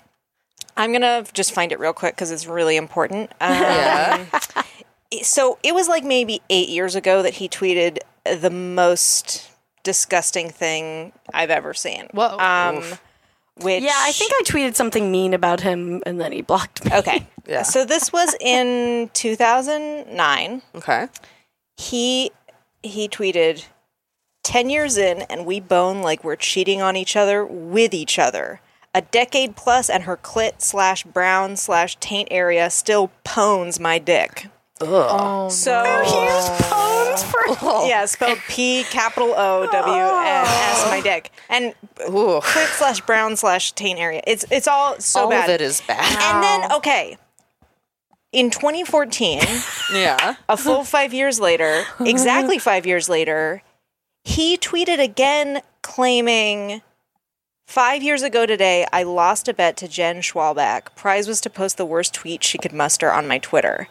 Speaker 6: I'm gonna just find it real quick because it's really important. Um, So it was like maybe eight years ago that he tweeted the most disgusting thing I've ever seen.
Speaker 2: Whoa.
Speaker 6: Um, which
Speaker 1: Yeah, I think I tweeted something mean about him, and then he blocked me.
Speaker 6: okay.
Speaker 3: Yeah.
Speaker 6: So this was in 2009.
Speaker 3: Okay.
Speaker 6: he he tweeted 10 years in and we bone like we're cheating on each other with each other a decade plus and her clit slash brown slash taint area still pones my dick
Speaker 2: oh,
Speaker 6: so
Speaker 1: It's
Speaker 3: <laughs>
Speaker 1: fertile.
Speaker 6: Yeah, spelled P capital O W N S.
Speaker 3: Oh.
Speaker 6: My dick and
Speaker 3: Ooh.
Speaker 6: quick slash brown slash taint area. It's it's all so
Speaker 3: All
Speaker 6: bad.
Speaker 3: of it is bad.
Speaker 6: And then okay, in 2014,
Speaker 3: <laughs> yeah.
Speaker 1: <laughs>
Speaker 6: a full five years later, exactly five years later, he tweeted again claiming. Five years ago today, I lost a bet to Jen Schwalbach. Prize was to post the worst tweet she could muster on my Twitter.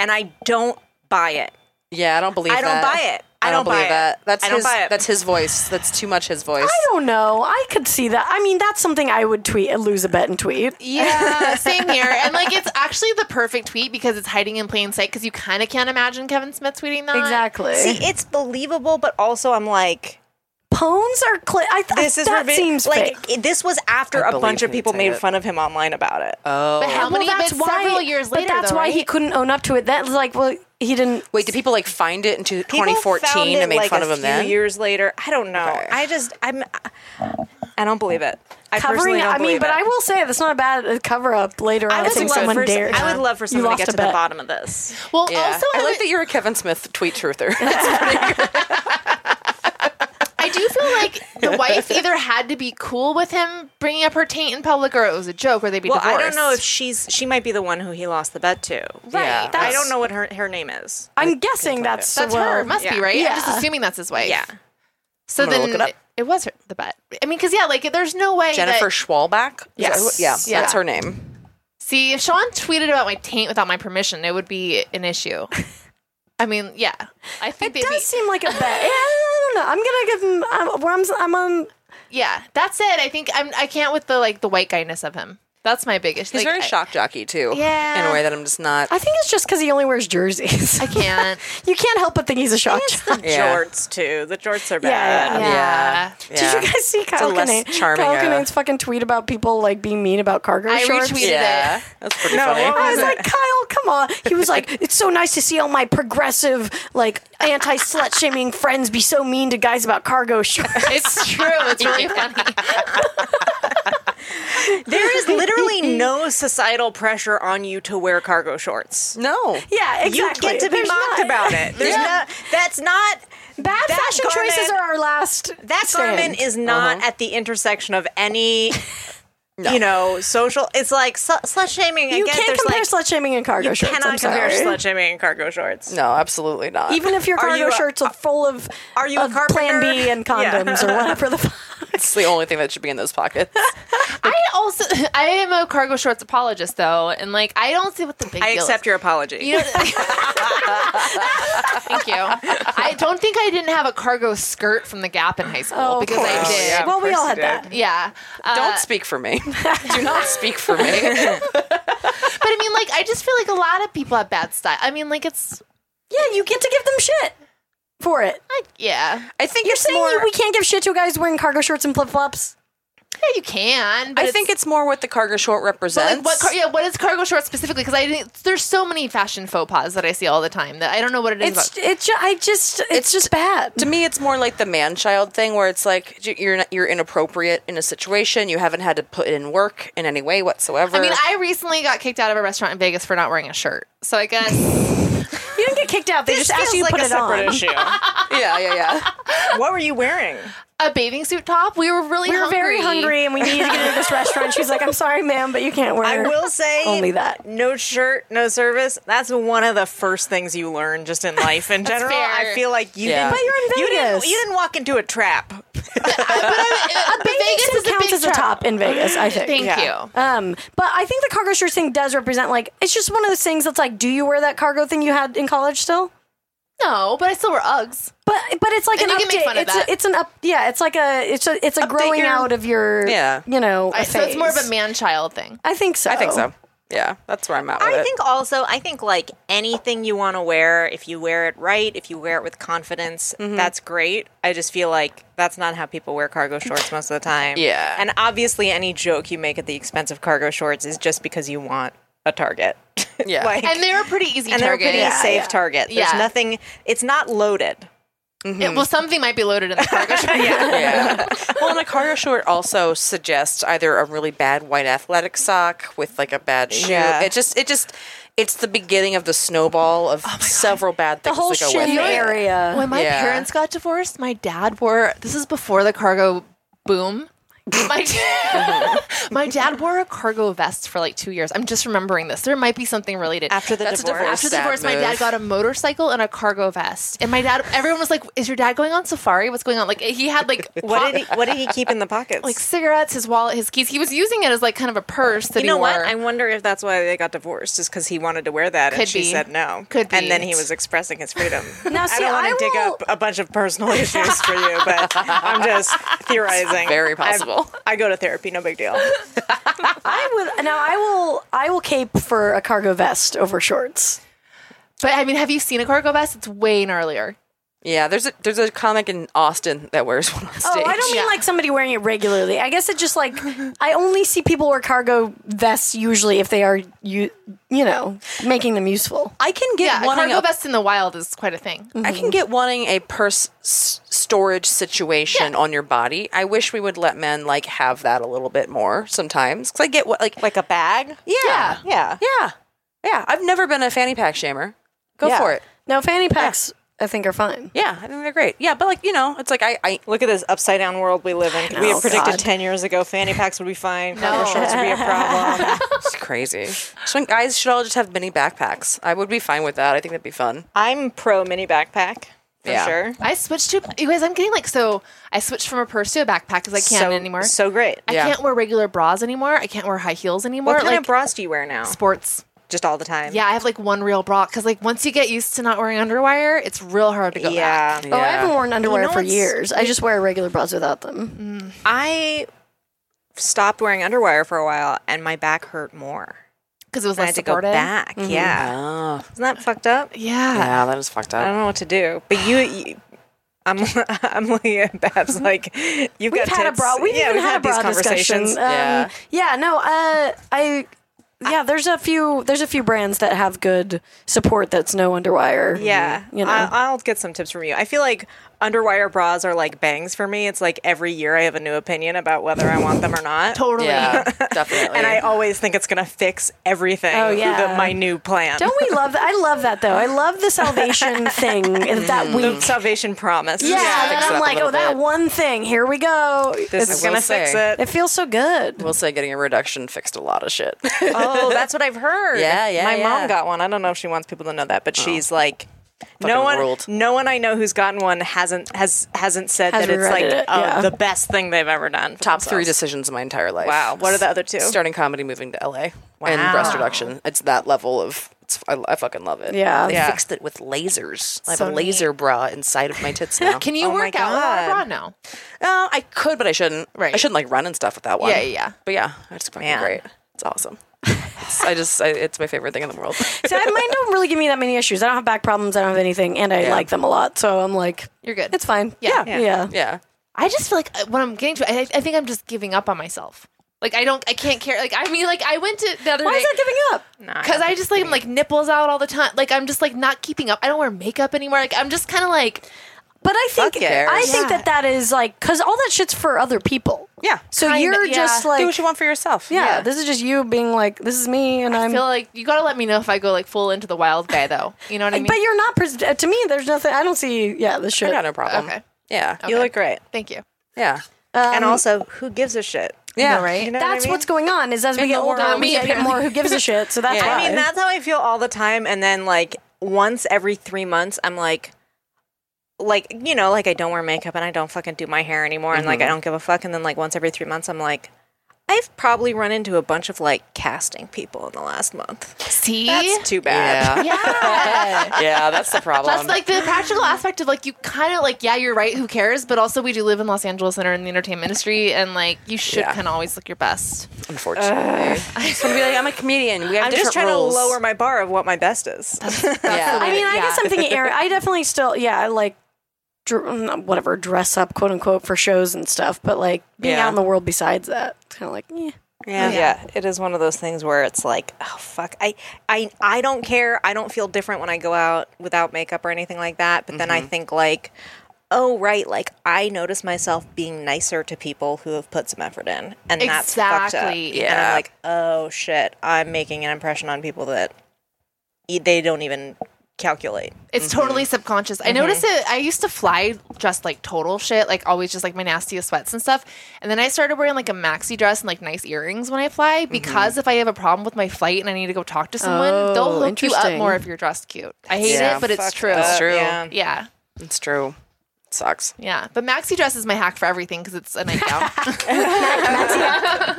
Speaker 6: And I don't buy it.
Speaker 3: Yeah, I don't believe
Speaker 6: I don't
Speaker 3: that.
Speaker 6: buy it. I don't buy
Speaker 3: believe
Speaker 6: it.
Speaker 3: that. That's
Speaker 6: I don't
Speaker 3: his
Speaker 6: buy it.
Speaker 3: that's his voice. That's too much his voice.
Speaker 1: I don't know. I could see that. I mean, that's something I would tweet, lose a bet and tweet.
Speaker 2: <laughs> Yeah, same here. And like, it's actually the perfect tweet because it's hiding in plain sight because you kind of can't imagine Kevin Smith tweeting that.
Speaker 1: Exactly.
Speaker 6: See, it's believable, but also I'm like,
Speaker 1: Pones are. Cl- I th-
Speaker 6: this is
Speaker 1: that
Speaker 6: ridic-
Speaker 1: seems
Speaker 6: like
Speaker 1: fake.
Speaker 6: it- this was after
Speaker 3: I
Speaker 6: a
Speaker 3: believe
Speaker 6: bunch of
Speaker 3: he
Speaker 6: people
Speaker 3: said
Speaker 6: made
Speaker 3: it.
Speaker 6: fun of him online about it.
Speaker 2: But how many?
Speaker 1: well,
Speaker 2: but
Speaker 1: that's why.
Speaker 2: several years
Speaker 1: but
Speaker 2: later,
Speaker 1: that's
Speaker 2: though,
Speaker 1: why he
Speaker 2: right?
Speaker 1: couldn't own up to it. That's like, well, he didn't.
Speaker 3: Wait, did people like find it in two-
Speaker 6: People
Speaker 3: 2014
Speaker 6: found
Speaker 3: and
Speaker 6: it,
Speaker 3: made
Speaker 6: like,
Speaker 3: fun
Speaker 6: a
Speaker 3: of him
Speaker 6: few
Speaker 3: then?
Speaker 6: Years later, I don't know.
Speaker 3: Okay.
Speaker 6: I just I'm I don't believe it. I personally
Speaker 1: Covering,
Speaker 6: don't
Speaker 1: I mean,
Speaker 6: believe
Speaker 1: but
Speaker 6: it.
Speaker 1: I will say that's not a bad uh, cover up later on. I,
Speaker 6: would
Speaker 1: think
Speaker 6: love
Speaker 1: someone
Speaker 6: for some-
Speaker 1: dared.
Speaker 6: I would love for
Speaker 1: You
Speaker 6: someone to
Speaker 1: lost
Speaker 6: get
Speaker 1: a
Speaker 6: to the
Speaker 1: bet.
Speaker 6: bottom of this.
Speaker 2: Well,
Speaker 3: Yeah.
Speaker 2: also,
Speaker 3: I
Speaker 2: I,
Speaker 3: like that you're a Kevin Smith tweet truther. <laughs> That's pretty good.
Speaker 2: I do feel <laughs> like the wife either had to be cool with him bringing up her taint in public, or it was a joke, or they'd be
Speaker 6: Well, I
Speaker 2: divorced.
Speaker 6: don't know if she's she might be the one who he lost the bet to.
Speaker 2: Right.
Speaker 3: Yeah.
Speaker 2: That's,
Speaker 6: I don't know what her her name is.
Speaker 1: I'm guessing that's
Speaker 2: that's
Speaker 1: the
Speaker 2: her.
Speaker 1: one.
Speaker 2: Must be
Speaker 6: Yeah.
Speaker 2: right.
Speaker 1: Yeah.
Speaker 2: I'm just assuming that's his wife.
Speaker 6: Yeah.
Speaker 2: So
Speaker 3: gonna
Speaker 2: then
Speaker 3: look it up.
Speaker 2: was her, the bet. I mean, because yeah, like there's no way
Speaker 3: Jennifer
Speaker 2: That,
Speaker 3: Schwalbach? Is
Speaker 2: Yes.
Speaker 3: that who- Yeah,
Speaker 2: Yeah.
Speaker 3: that's her name.
Speaker 2: see, if Sean tweeted about my taint without my permission, it would be an issue. <laughs> I mean, yeah, I think
Speaker 1: It
Speaker 2: they'd be,
Speaker 1: does seem like a bet. Yeah, I don't know. I'm gonna give him. I'm, where I'm, I'm on.
Speaker 2: yeah. That's it. I think I'm. I can't with the like the white guyness of him. That's my biggest.
Speaker 3: He's
Speaker 2: like,
Speaker 3: very
Speaker 2: I-
Speaker 3: shock jockey too.
Speaker 2: Yeah.
Speaker 3: In a way that I'm just not.
Speaker 1: I think it's just because he only wears jerseys.
Speaker 2: I can't.
Speaker 1: <laughs> you can't help but think he's a shock jock.
Speaker 3: Yeah.
Speaker 6: Jorts too. The jorts are
Speaker 1: yeah.
Speaker 6: bad.
Speaker 2: yeah.
Speaker 3: <laughs> Yeah.
Speaker 1: Did you guys see Kyle
Speaker 3: less
Speaker 1: Kinane?
Speaker 3: charming
Speaker 1: Kyle
Speaker 3: era.
Speaker 1: Kinane's fucking tweet about people like being mean about cargo
Speaker 2: I
Speaker 1: shorts.
Speaker 2: retweeted
Speaker 3: Yeah.
Speaker 2: it.
Speaker 3: That's pretty funny.
Speaker 1: I was like, Kyle, come on. He was like, it's so nice to see all my progressive, like, anti slut shaming friends be so mean to guys about cargo
Speaker 6: <laughs>
Speaker 1: shorts.
Speaker 2: It's <laughs> true. It's really funny.
Speaker 6: There is <laughs> literally no societal pressure on you to wear cargo shorts.
Speaker 3: no.
Speaker 1: yeah, exactly.
Speaker 6: You get to be
Speaker 1: There's
Speaker 6: mocked
Speaker 1: not-
Speaker 6: about it. There's
Speaker 3: Yeah.
Speaker 6: no, that's not
Speaker 1: Bad
Speaker 6: That
Speaker 1: fashion
Speaker 6: garment-
Speaker 1: choices are our last.
Speaker 6: that
Speaker 1: stand. Uh-huh.
Speaker 6: garment is not at the intersection of any
Speaker 1: <laughs>
Speaker 6: you know, social it's like sl- slut shaming I
Speaker 1: You
Speaker 6: guess
Speaker 1: can't
Speaker 6: there's
Speaker 1: compare
Speaker 6: like
Speaker 1: slut shaming and cargo
Speaker 6: you
Speaker 1: shorts.
Speaker 6: cannot
Speaker 1: I'm
Speaker 6: compare
Speaker 1: sorry.
Speaker 6: slut shaming and cargo shorts.
Speaker 3: No, absolutely not.
Speaker 1: Even if your
Speaker 6: Are
Speaker 1: cargo
Speaker 6: you a-
Speaker 1: shorts are full of,
Speaker 6: Are you a
Speaker 1: of Plan
Speaker 6: carpenter?
Speaker 1: B and condoms or
Speaker 6: <laughs>
Speaker 1: whatever the fuck.
Speaker 3: it's the only thing that should be in those pockets.
Speaker 2: I also <laughs> I am a cargo shorts apologist though, and like I don't see what the big
Speaker 6: I
Speaker 2: deal
Speaker 6: accept
Speaker 2: is.
Speaker 6: your apology. <laughs>
Speaker 2: You know, thank you. I don't think I didn't have a cargo skirt from the Gap in high school
Speaker 6: Oh,
Speaker 2: because I did.
Speaker 3: yeah, of
Speaker 1: Oh, well, we
Speaker 3: course
Speaker 1: all
Speaker 3: you
Speaker 1: had
Speaker 3: did.
Speaker 1: that.
Speaker 2: Yeah. Uh,
Speaker 3: Don't speak for me. Do not speak for me.
Speaker 2: <laughs> but I mean, like, I just feel like a lot of people have bad style. I mean, like, it's
Speaker 1: Yeah, you get to give them shit for it.
Speaker 2: like, yeah,
Speaker 3: I think
Speaker 1: You're
Speaker 3: it's
Speaker 1: saying
Speaker 3: more.
Speaker 1: we can't give shit to guys wearing cargo shorts and flip flops?
Speaker 2: yeah, you can. But
Speaker 3: I think it's more what the cargo short
Speaker 2: but,
Speaker 3: represents.
Speaker 2: like what? Car- yeah, what is cargo shorts specifically? Because I didn't, there's so many fashion faux pas that I see all the time that I don't know what it is.
Speaker 1: It's
Speaker 2: about.
Speaker 1: it's ju- I just it's, just bad.
Speaker 3: to me, it's more like the man child thing, where it's like j- you're not, you're inappropriate in a situation. You haven't had to put in work in any way whatsoever.
Speaker 2: I mean, I recently got kicked out of a restaurant in Vegas for not wearing a shirt. So I guess
Speaker 1: you didn't get kicked out. They just asked you to
Speaker 6: like
Speaker 1: put
Speaker 6: a
Speaker 1: it on.
Speaker 6: separate
Speaker 1: <laughs>
Speaker 6: <laughs> issue.
Speaker 3: yeah, yeah, yeah.
Speaker 6: what were you wearing?
Speaker 2: a bathing suit top. We were really
Speaker 1: We were
Speaker 2: hungry.
Speaker 1: very hungry and we needed to get into this restaurant. She's like, "I'm sorry, ma'am, but you can't wear."
Speaker 6: <laughs> I will say
Speaker 1: only that.
Speaker 6: no shirt, no service. That's one of the first things you learn just in
Speaker 1: <laughs>
Speaker 6: life in general.
Speaker 2: fair.
Speaker 6: I feel like you
Speaker 3: Yeah.
Speaker 6: didn't,
Speaker 3: But
Speaker 1: you're in
Speaker 6: you didn't
Speaker 1: Vegas.
Speaker 6: you didn't walk into a trap.
Speaker 2: But Vegas
Speaker 1: This
Speaker 2: is a
Speaker 1: counts
Speaker 2: big
Speaker 1: as a
Speaker 2: trap.
Speaker 1: top in Vegas, I think.
Speaker 2: Thank
Speaker 6: Yeah.
Speaker 2: you.
Speaker 1: Um, but I think the cargo shorts thing does represent like it's just one of those things that's like, do you wear that cargo thing you had in college still?
Speaker 2: No, but I still wear Uggs.
Speaker 1: But but it's like
Speaker 2: And
Speaker 1: an
Speaker 2: you can
Speaker 1: update.
Speaker 2: make fun of
Speaker 1: it's
Speaker 2: that.
Speaker 1: A, it's an up. Yeah, it's like a it's a it's a growing
Speaker 6: your-
Speaker 1: out of your
Speaker 3: Yeah.
Speaker 1: you know. a
Speaker 2: I- so it's more of
Speaker 1: phase.
Speaker 2: a man child thing.
Speaker 1: I think so.
Speaker 3: I
Speaker 1: <laughs>
Speaker 3: think so. Yeah, that's where I'm at. With
Speaker 6: I
Speaker 3: it.
Speaker 6: think also, I think like anything you want to wear, if you wear it right, if you wear it with confidence, that's great. I just feel like that's not how people wear cargo shorts most of the time.
Speaker 3: Yeah.
Speaker 6: And obviously, any joke you make at the expense of cargo shorts is just because you want a target. <laughs>
Speaker 3: Yeah.
Speaker 6: like,
Speaker 2: And they're a pretty easy
Speaker 6: and they're a
Speaker 2: target.
Speaker 6: pretty safe
Speaker 1: yeah.
Speaker 6: target. There's
Speaker 2: Yeah.
Speaker 6: nothing, it's not loaded.
Speaker 2: It- well, something might be loaded in the cargo shorts.
Speaker 3: Yeah. <laughs> well, and a cargo short also suggests either a really bad white athletic sock with like a bad shoe.
Speaker 6: Yeah.
Speaker 3: It just it just it's the beginning of the snowball of several bad
Speaker 1: The
Speaker 3: things.
Speaker 1: whole
Speaker 3: that go with
Speaker 1: shin
Speaker 3: it.
Speaker 1: area.
Speaker 2: When my
Speaker 3: Yeah.
Speaker 2: parents got divorced, my dad wore this is before the cargo boom. My, dad, my <laughs> dad wore a cargo vest for like two years. I'm just remembering this. There might be something related.
Speaker 3: After the
Speaker 2: That's a
Speaker 3: divorce.
Speaker 2: After the
Speaker 3: Sad
Speaker 2: divorce, my
Speaker 3: move.
Speaker 2: dad got a motorcycle and a cargo vest. And my dad, everyone was like, Is your dad going on safari? What's going on? Like, he had like,
Speaker 6: What
Speaker 2: pop-
Speaker 6: did he, what did he keep in the pockets?
Speaker 2: like cigarettes, his wallet, his keys. He was using it as like kind of a purse that
Speaker 6: you know
Speaker 2: he
Speaker 6: what?
Speaker 2: wore.
Speaker 6: I wonder if that's why they got divorced, is because he wanted to wear that,
Speaker 2: Could
Speaker 6: and she
Speaker 2: be.
Speaker 6: said no.
Speaker 2: Could
Speaker 6: And
Speaker 2: be.
Speaker 6: then he was expressing
Speaker 2: <laughs>
Speaker 6: his freedom.
Speaker 1: Now,
Speaker 6: I
Speaker 1: see,
Speaker 6: don't
Speaker 1: I
Speaker 6: want to dig
Speaker 1: will-
Speaker 6: up a bunch of personal issues for you, but I'm just theorizing.
Speaker 3: very
Speaker 6: I've-
Speaker 3: possible.
Speaker 6: I go to therapy, no big deal.
Speaker 1: I would now. I will. I will cape for a cargo vest over shorts.
Speaker 2: but I mean, have you seen a cargo vest? It's way gnarlier.
Speaker 3: Yeah, there's a there's a comic in Austin that wears one on stage.
Speaker 1: Oh, I don't mean like somebody wearing it regularly. I guess it just <laughs> like I only see people wear cargo vests usually if they are you you know making them useful.
Speaker 3: I can get
Speaker 2: Yeah, a
Speaker 3: wanting
Speaker 2: cargo
Speaker 3: a,
Speaker 2: vest in the wild is quite a thing.
Speaker 3: I can get wanting a purse s- storage situation on your body. I wish we would let men like have that a little bit more sometimes because I get what like
Speaker 6: like a bag?
Speaker 3: yeah
Speaker 6: Yeah.
Speaker 3: yeah yeah. I've never been a fanny pack shammer. Go
Speaker 6: Yeah.
Speaker 3: for it.
Speaker 1: No, fanny packs I think are fine.
Speaker 3: Yeah, I think they're great. Yeah, but like you know, it's like I I
Speaker 6: Look at this upside down world we live in. we
Speaker 1: know,
Speaker 6: had predicted
Speaker 1: God.
Speaker 6: 10 years ago fanny packs would be fine, cargo shorts would be a problem.
Speaker 3: it's crazy. So when guys should all just have mini backpacks. I would be fine with that. I think that'd be fun.
Speaker 6: I'm pro mini backpack for
Speaker 3: Yeah.
Speaker 6: sure.
Speaker 2: I switched to you guys. I'm getting like so. I switched from a purse to a backpack because I can't
Speaker 6: so,
Speaker 2: anymore.
Speaker 6: So great.
Speaker 2: I
Speaker 3: Yeah.
Speaker 2: can't wear regular bras anymore. I can't wear high heels anymore.
Speaker 6: what kind
Speaker 2: like
Speaker 6: of bras do you wear now?
Speaker 2: sports.
Speaker 6: Just all the time.
Speaker 2: Yeah, I have like one real bra because like once you get used to not wearing underwire, it's real hard to go back.
Speaker 6: Yeah.
Speaker 1: Oh, I haven't
Speaker 3: Yeah.
Speaker 1: worn underwear
Speaker 6: You know
Speaker 1: for
Speaker 6: what's-
Speaker 1: years. I just wear regular bras without them.
Speaker 6: I stopped wearing underwear for a while and my back hurt more.
Speaker 2: because it was
Speaker 6: I
Speaker 2: less
Speaker 6: had to go
Speaker 2: supportive.
Speaker 6: back. Yeah.
Speaker 3: Oh,
Speaker 6: Isn't that fucked up?
Speaker 2: Yeah.
Speaker 3: yeah, that is fucked
Speaker 6: I
Speaker 3: up.
Speaker 6: don't know what to do. But you, you I'm, <laughs> I'm looking
Speaker 1: <laughs>
Speaker 6: at Babs like, you've
Speaker 1: We've
Speaker 6: got
Speaker 1: had a
Speaker 6: tits.
Speaker 1: bra. We've
Speaker 6: yeah,
Speaker 1: even
Speaker 6: we've
Speaker 1: had, a
Speaker 6: these
Speaker 1: bra discussion.
Speaker 6: conversations.
Speaker 1: Um,
Speaker 3: Yeah.
Speaker 1: yeah. No. Uh, I. Yeah. There's a few. There's a few brands that have good support. That's no underwire.
Speaker 6: Yeah,
Speaker 1: You know.
Speaker 6: I, I'll get some tips from you. I feel like underwire bras are like bangs for me. It's like every year I have a new opinion about whether I want them or not.
Speaker 2: Totally.
Speaker 3: Yeah, definitely.
Speaker 6: And I always think it's gonna fix everything. Oh
Speaker 1: yeah.
Speaker 6: the, my new plan.
Speaker 1: Don't we love that? I love that though. I love the
Speaker 2: <laughs>
Speaker 1: salvation thing that
Speaker 6: the
Speaker 1: week.
Speaker 6: salvation promise?
Speaker 1: Yeah,
Speaker 3: fix
Speaker 1: that
Speaker 3: it up
Speaker 1: I'm
Speaker 3: a
Speaker 1: like,
Speaker 3: little
Speaker 1: oh, that
Speaker 3: bit.
Speaker 1: one thing. Here we go.
Speaker 6: this
Speaker 3: I
Speaker 6: is
Speaker 3: will
Speaker 6: gonna fix
Speaker 3: say.
Speaker 6: it.
Speaker 1: It feels so good.
Speaker 3: will say getting a reduction fixed a lot of shit.
Speaker 6: Oh, that's what I've heard.
Speaker 3: Yeah, yeah,
Speaker 6: My
Speaker 3: yeah. Oh.
Speaker 6: mom got one. I don't know if she wants people to know that, but she's like. No
Speaker 3: Fucking
Speaker 6: one,
Speaker 3: ruled.
Speaker 6: no one I know who's gotten one hasn't has hasn't said
Speaker 1: Has
Speaker 6: that it's like
Speaker 1: regretted it,
Speaker 6: oh,
Speaker 1: yeah.
Speaker 6: the best thing they've ever done. for
Speaker 3: Top three
Speaker 6: themselves.
Speaker 3: decisions of my entire life.
Speaker 6: Wow, what are the other two?
Speaker 3: Starting comedy, moving to LA, and breast reduction. It's that level of. It's, I, I fucking love it.
Speaker 1: Yeah.
Speaker 3: They
Speaker 1: Yeah.
Speaker 3: fixed it with lasers. I have a laser bra inside of my tits now.
Speaker 2: Can you
Speaker 6: Oh my
Speaker 2: work out without a
Speaker 6: God.
Speaker 2: bra now?
Speaker 3: Uh, I could, but I shouldn't.
Speaker 2: Right.
Speaker 3: I shouldn't like run and stuff with that one.
Speaker 2: Yeah, yeah, yeah.
Speaker 3: But yeah, it's fucking great. It's awesome. It's, I just, I, it's my favorite thing in the world.
Speaker 1: See, I- mine don't really give me that many issues. I don't have back problems. I don't have anything, and I like them a lot. So I'm like,
Speaker 2: You're good.
Speaker 1: it's fine.
Speaker 2: Yeah.
Speaker 1: Yeah.
Speaker 3: yeah.
Speaker 2: I just feel like uh, what I'm getting to, I, I think I'm just giving up on myself. Like I don't, I can't care. Like I mean, like I went to the other
Speaker 1: Why
Speaker 2: day.
Speaker 1: is that giving up?
Speaker 2: Because I just like I'm like nipples out all the time. Like I'm just like not keeping up. I don't wear makeup anymore. Like I'm just kind of like
Speaker 1: But I think
Speaker 3: Fuck cares.
Speaker 1: I think
Speaker 2: Yeah.
Speaker 1: that that is like because all that shit's for other people.
Speaker 3: Yeah.
Speaker 1: So
Speaker 2: Kinda,
Speaker 1: you're
Speaker 2: yeah.
Speaker 1: just like
Speaker 3: Do what you want for yourself.
Speaker 1: Yeah, this is just you being like, this is me, and
Speaker 2: I
Speaker 1: I'm.
Speaker 2: feel like you gotta let me know if I go like full into the wild guy though. You know what I mean?
Speaker 1: but you're not. Pres- to me, there's nothing. I don't see. Yeah, the shit.
Speaker 3: I got no problem.
Speaker 2: Okay.
Speaker 3: Yeah.
Speaker 6: You look great.
Speaker 2: Thank you.
Speaker 3: Yeah.
Speaker 6: and also, who gives a shit?
Speaker 3: Um, Yeah.
Speaker 2: right?
Speaker 6: You know
Speaker 1: that's
Speaker 6: what I mean?
Speaker 1: what's going on. Is as we
Speaker 3: In
Speaker 1: get
Speaker 3: the
Speaker 1: older,
Speaker 3: world.
Speaker 1: we
Speaker 2: Me,
Speaker 1: get more who gives a shit. So
Speaker 6: <laughs>
Speaker 1: that's
Speaker 3: Yeah.
Speaker 1: why.
Speaker 6: I mean, that's how I feel all the time. And then like once every three months, I'm like, like you know, like I don't wear makeup and I don't fucking do my hair anymore, and like
Speaker 3: Mm-hmm.
Speaker 6: I don't give a fuck. And then like once every three months, I'm like. I've probably run into a bunch of like casting people in the last month.
Speaker 2: See?
Speaker 6: That's too bad.
Speaker 3: Yeah. <laughs>
Speaker 2: yeah.
Speaker 3: yeah, that's the problem.
Speaker 2: That's like the practical aspect of like you kind of like yeah you're right who cares but also we do live in Los Angeles and are in the entertainment industry and like you should
Speaker 3: Yeah.
Speaker 2: kind of always look your best.
Speaker 3: unfortunately. I just want to be like, I'm a comedian. We have
Speaker 6: I'm
Speaker 3: different
Speaker 6: just trying
Speaker 3: rules.
Speaker 6: to lower my bar of what my best is.
Speaker 3: yeah.
Speaker 1: I mean, I guess I'm thinking, Aaron. I definitely still, yeah, I like dr- mm, whatever dress up, quote unquote, for shows and stuff. But like being
Speaker 3: Yeah.
Speaker 1: out in the world besides that, it's kind of like, eh.
Speaker 6: Yeah. yeah, it is one of those things where it's like, oh fuck, I, I, I don't care. I don't feel different when I go out without makeup or anything like that. But then
Speaker 3: Mm-hmm.
Speaker 6: I think like, oh right, like I notice myself being nicer to people who have put some effort in, and that's fucked up.
Speaker 2: Exactly.
Speaker 6: And I'm
Speaker 3: Yeah.
Speaker 6: like, oh shit, I'm making an impression on people that
Speaker 7: y- they don't even calculate.
Speaker 2: It's totally subconscious. I noticed it. I used to fly dressed like total shit, like always just like my nastiest sweats and stuff. And then I started wearing like a maxi dress and like nice earrings when I fly because if I have a problem with my flight and I need to go talk to someone,
Speaker 1: Oh,
Speaker 2: they'll hook you up
Speaker 1: interesting.
Speaker 2: more if you're dressed cute. I hate
Speaker 3: Yeah.
Speaker 2: it, but it's
Speaker 3: Fuck
Speaker 2: true.
Speaker 3: that. It's true.
Speaker 7: Yeah.
Speaker 2: Yeah.
Speaker 3: It's true. Sucks.
Speaker 2: Yeah. But maxi dress is my hack for everything because it's a nightgown.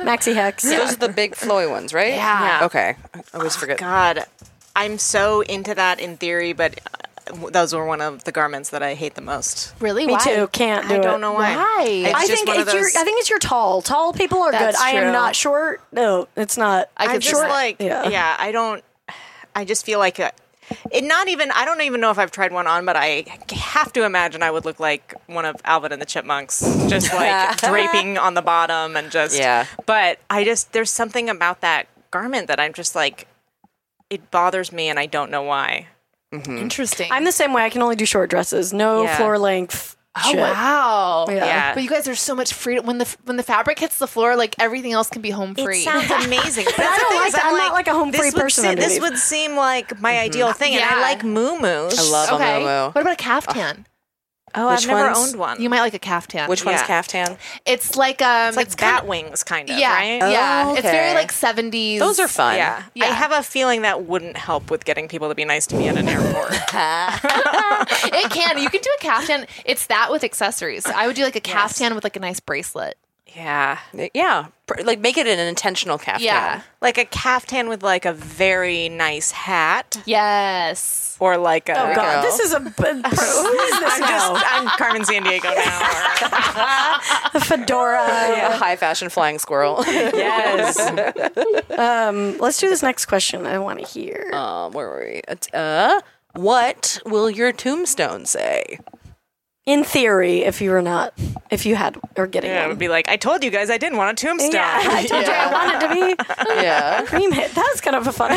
Speaker 1: Maxi Hex.
Speaker 3: Those are the big flowy ones, right?
Speaker 2: <laughs> Yeah.
Speaker 3: Okay. I always forget.
Speaker 6: God, I'm so into that in theory, but uh, those were one of the garments that I hate the most.
Speaker 2: really?
Speaker 1: Me
Speaker 2: Why?
Speaker 1: too. Can't do
Speaker 6: I don't
Speaker 1: it.
Speaker 6: know why.
Speaker 2: Why?
Speaker 6: It's
Speaker 1: I
Speaker 6: just
Speaker 1: think
Speaker 6: one
Speaker 1: if
Speaker 6: of
Speaker 1: you're,
Speaker 6: those-
Speaker 1: I think it's your tall. Tall people are
Speaker 2: That's
Speaker 1: good. I
Speaker 2: true.
Speaker 1: am not short. No, it's not.
Speaker 2: I
Speaker 1: I'm
Speaker 2: could
Speaker 6: just
Speaker 1: short.
Speaker 6: like yeah.
Speaker 1: yeah.
Speaker 6: I don't. I just feel like a, it. Not even. I don't even know if I've tried one on, but I have to imagine I would look like one of Alvin and the Chipmunks,
Speaker 1: <laughs>
Speaker 6: just like draping on the bottom and just.
Speaker 3: Yeah.
Speaker 6: But I just there's something about that garment that I'm just like, it bothers me, and I don't know why.
Speaker 2: Mm. Interesting.
Speaker 1: I'm the same way. I can only do short dresses. No
Speaker 6: Yeah.
Speaker 1: floor length.
Speaker 2: Oh
Speaker 1: shit.
Speaker 2: wow!
Speaker 6: Yeah.
Speaker 2: but you guys, there's so much freedom when the when the fabric hits the floor. Like everything else can be home free.
Speaker 1: <laughs>
Speaker 6: It sounds amazing. But
Speaker 1: I don't like that. I'm not like a home free person Mm-hmm.
Speaker 6: this
Speaker 1: underneath.
Speaker 6: would seem like my ideal thing, and
Speaker 2: Yeah.
Speaker 6: I like moo-moos.
Speaker 3: I love
Speaker 2: <laughs> okay.
Speaker 3: a Momo.
Speaker 2: What about a caftan?
Speaker 6: Oh,
Speaker 3: Which
Speaker 6: I've never
Speaker 3: ones?
Speaker 6: owned one.
Speaker 2: You might like a caftan.
Speaker 3: Which one's
Speaker 6: Yeah.
Speaker 3: caftan?
Speaker 2: It's like um,
Speaker 6: it's like bat
Speaker 2: kind of-
Speaker 6: wings, kind of.
Speaker 2: Yeah,
Speaker 6: Right?
Speaker 2: yeah.
Speaker 3: Oh,
Speaker 2: It's very
Speaker 3: okay.
Speaker 2: like 70s.
Speaker 3: Those are fun.
Speaker 6: Yeah.
Speaker 2: Yeah.
Speaker 6: I have a feeling that wouldn't help with getting people to be nice to me at an airport.
Speaker 2: <laughs> It can. You can do a caftan. It's that with accessories. I would do like a caftan with like a nice bracelet.
Speaker 6: yeah.
Speaker 3: Yeah. Pr- Like make it an intentional caftan.
Speaker 2: Yeah.
Speaker 6: Like a caftan with like a very nice hat
Speaker 2: Yes.
Speaker 6: or like a
Speaker 1: Oh God, <laughs>
Speaker 3: go.
Speaker 1: this is a. b- Who is
Speaker 6: <laughs>
Speaker 1: this
Speaker 6: I'm
Speaker 1: now?
Speaker 6: just I'm Carmen San Diego now. or-
Speaker 1: A fedora.
Speaker 3: A <laughs> high fashion flying squirrel.
Speaker 6: <laughs> yes.
Speaker 1: Let's do this next question. I want to hear.
Speaker 3: um, where were we? It's, Uh, what will your tombstone say?
Speaker 1: In theory, if you were not, if you had or getting
Speaker 6: Yeah, it
Speaker 1: one.
Speaker 6: would be like, I told you guys I didn't want a tombstone.
Speaker 1: yeah, I told you I wanted to be
Speaker 3: Yeah.
Speaker 1: cream hit. That's kind of a
Speaker 6: <laughs>
Speaker 1: fun.
Speaker 6: <laughs>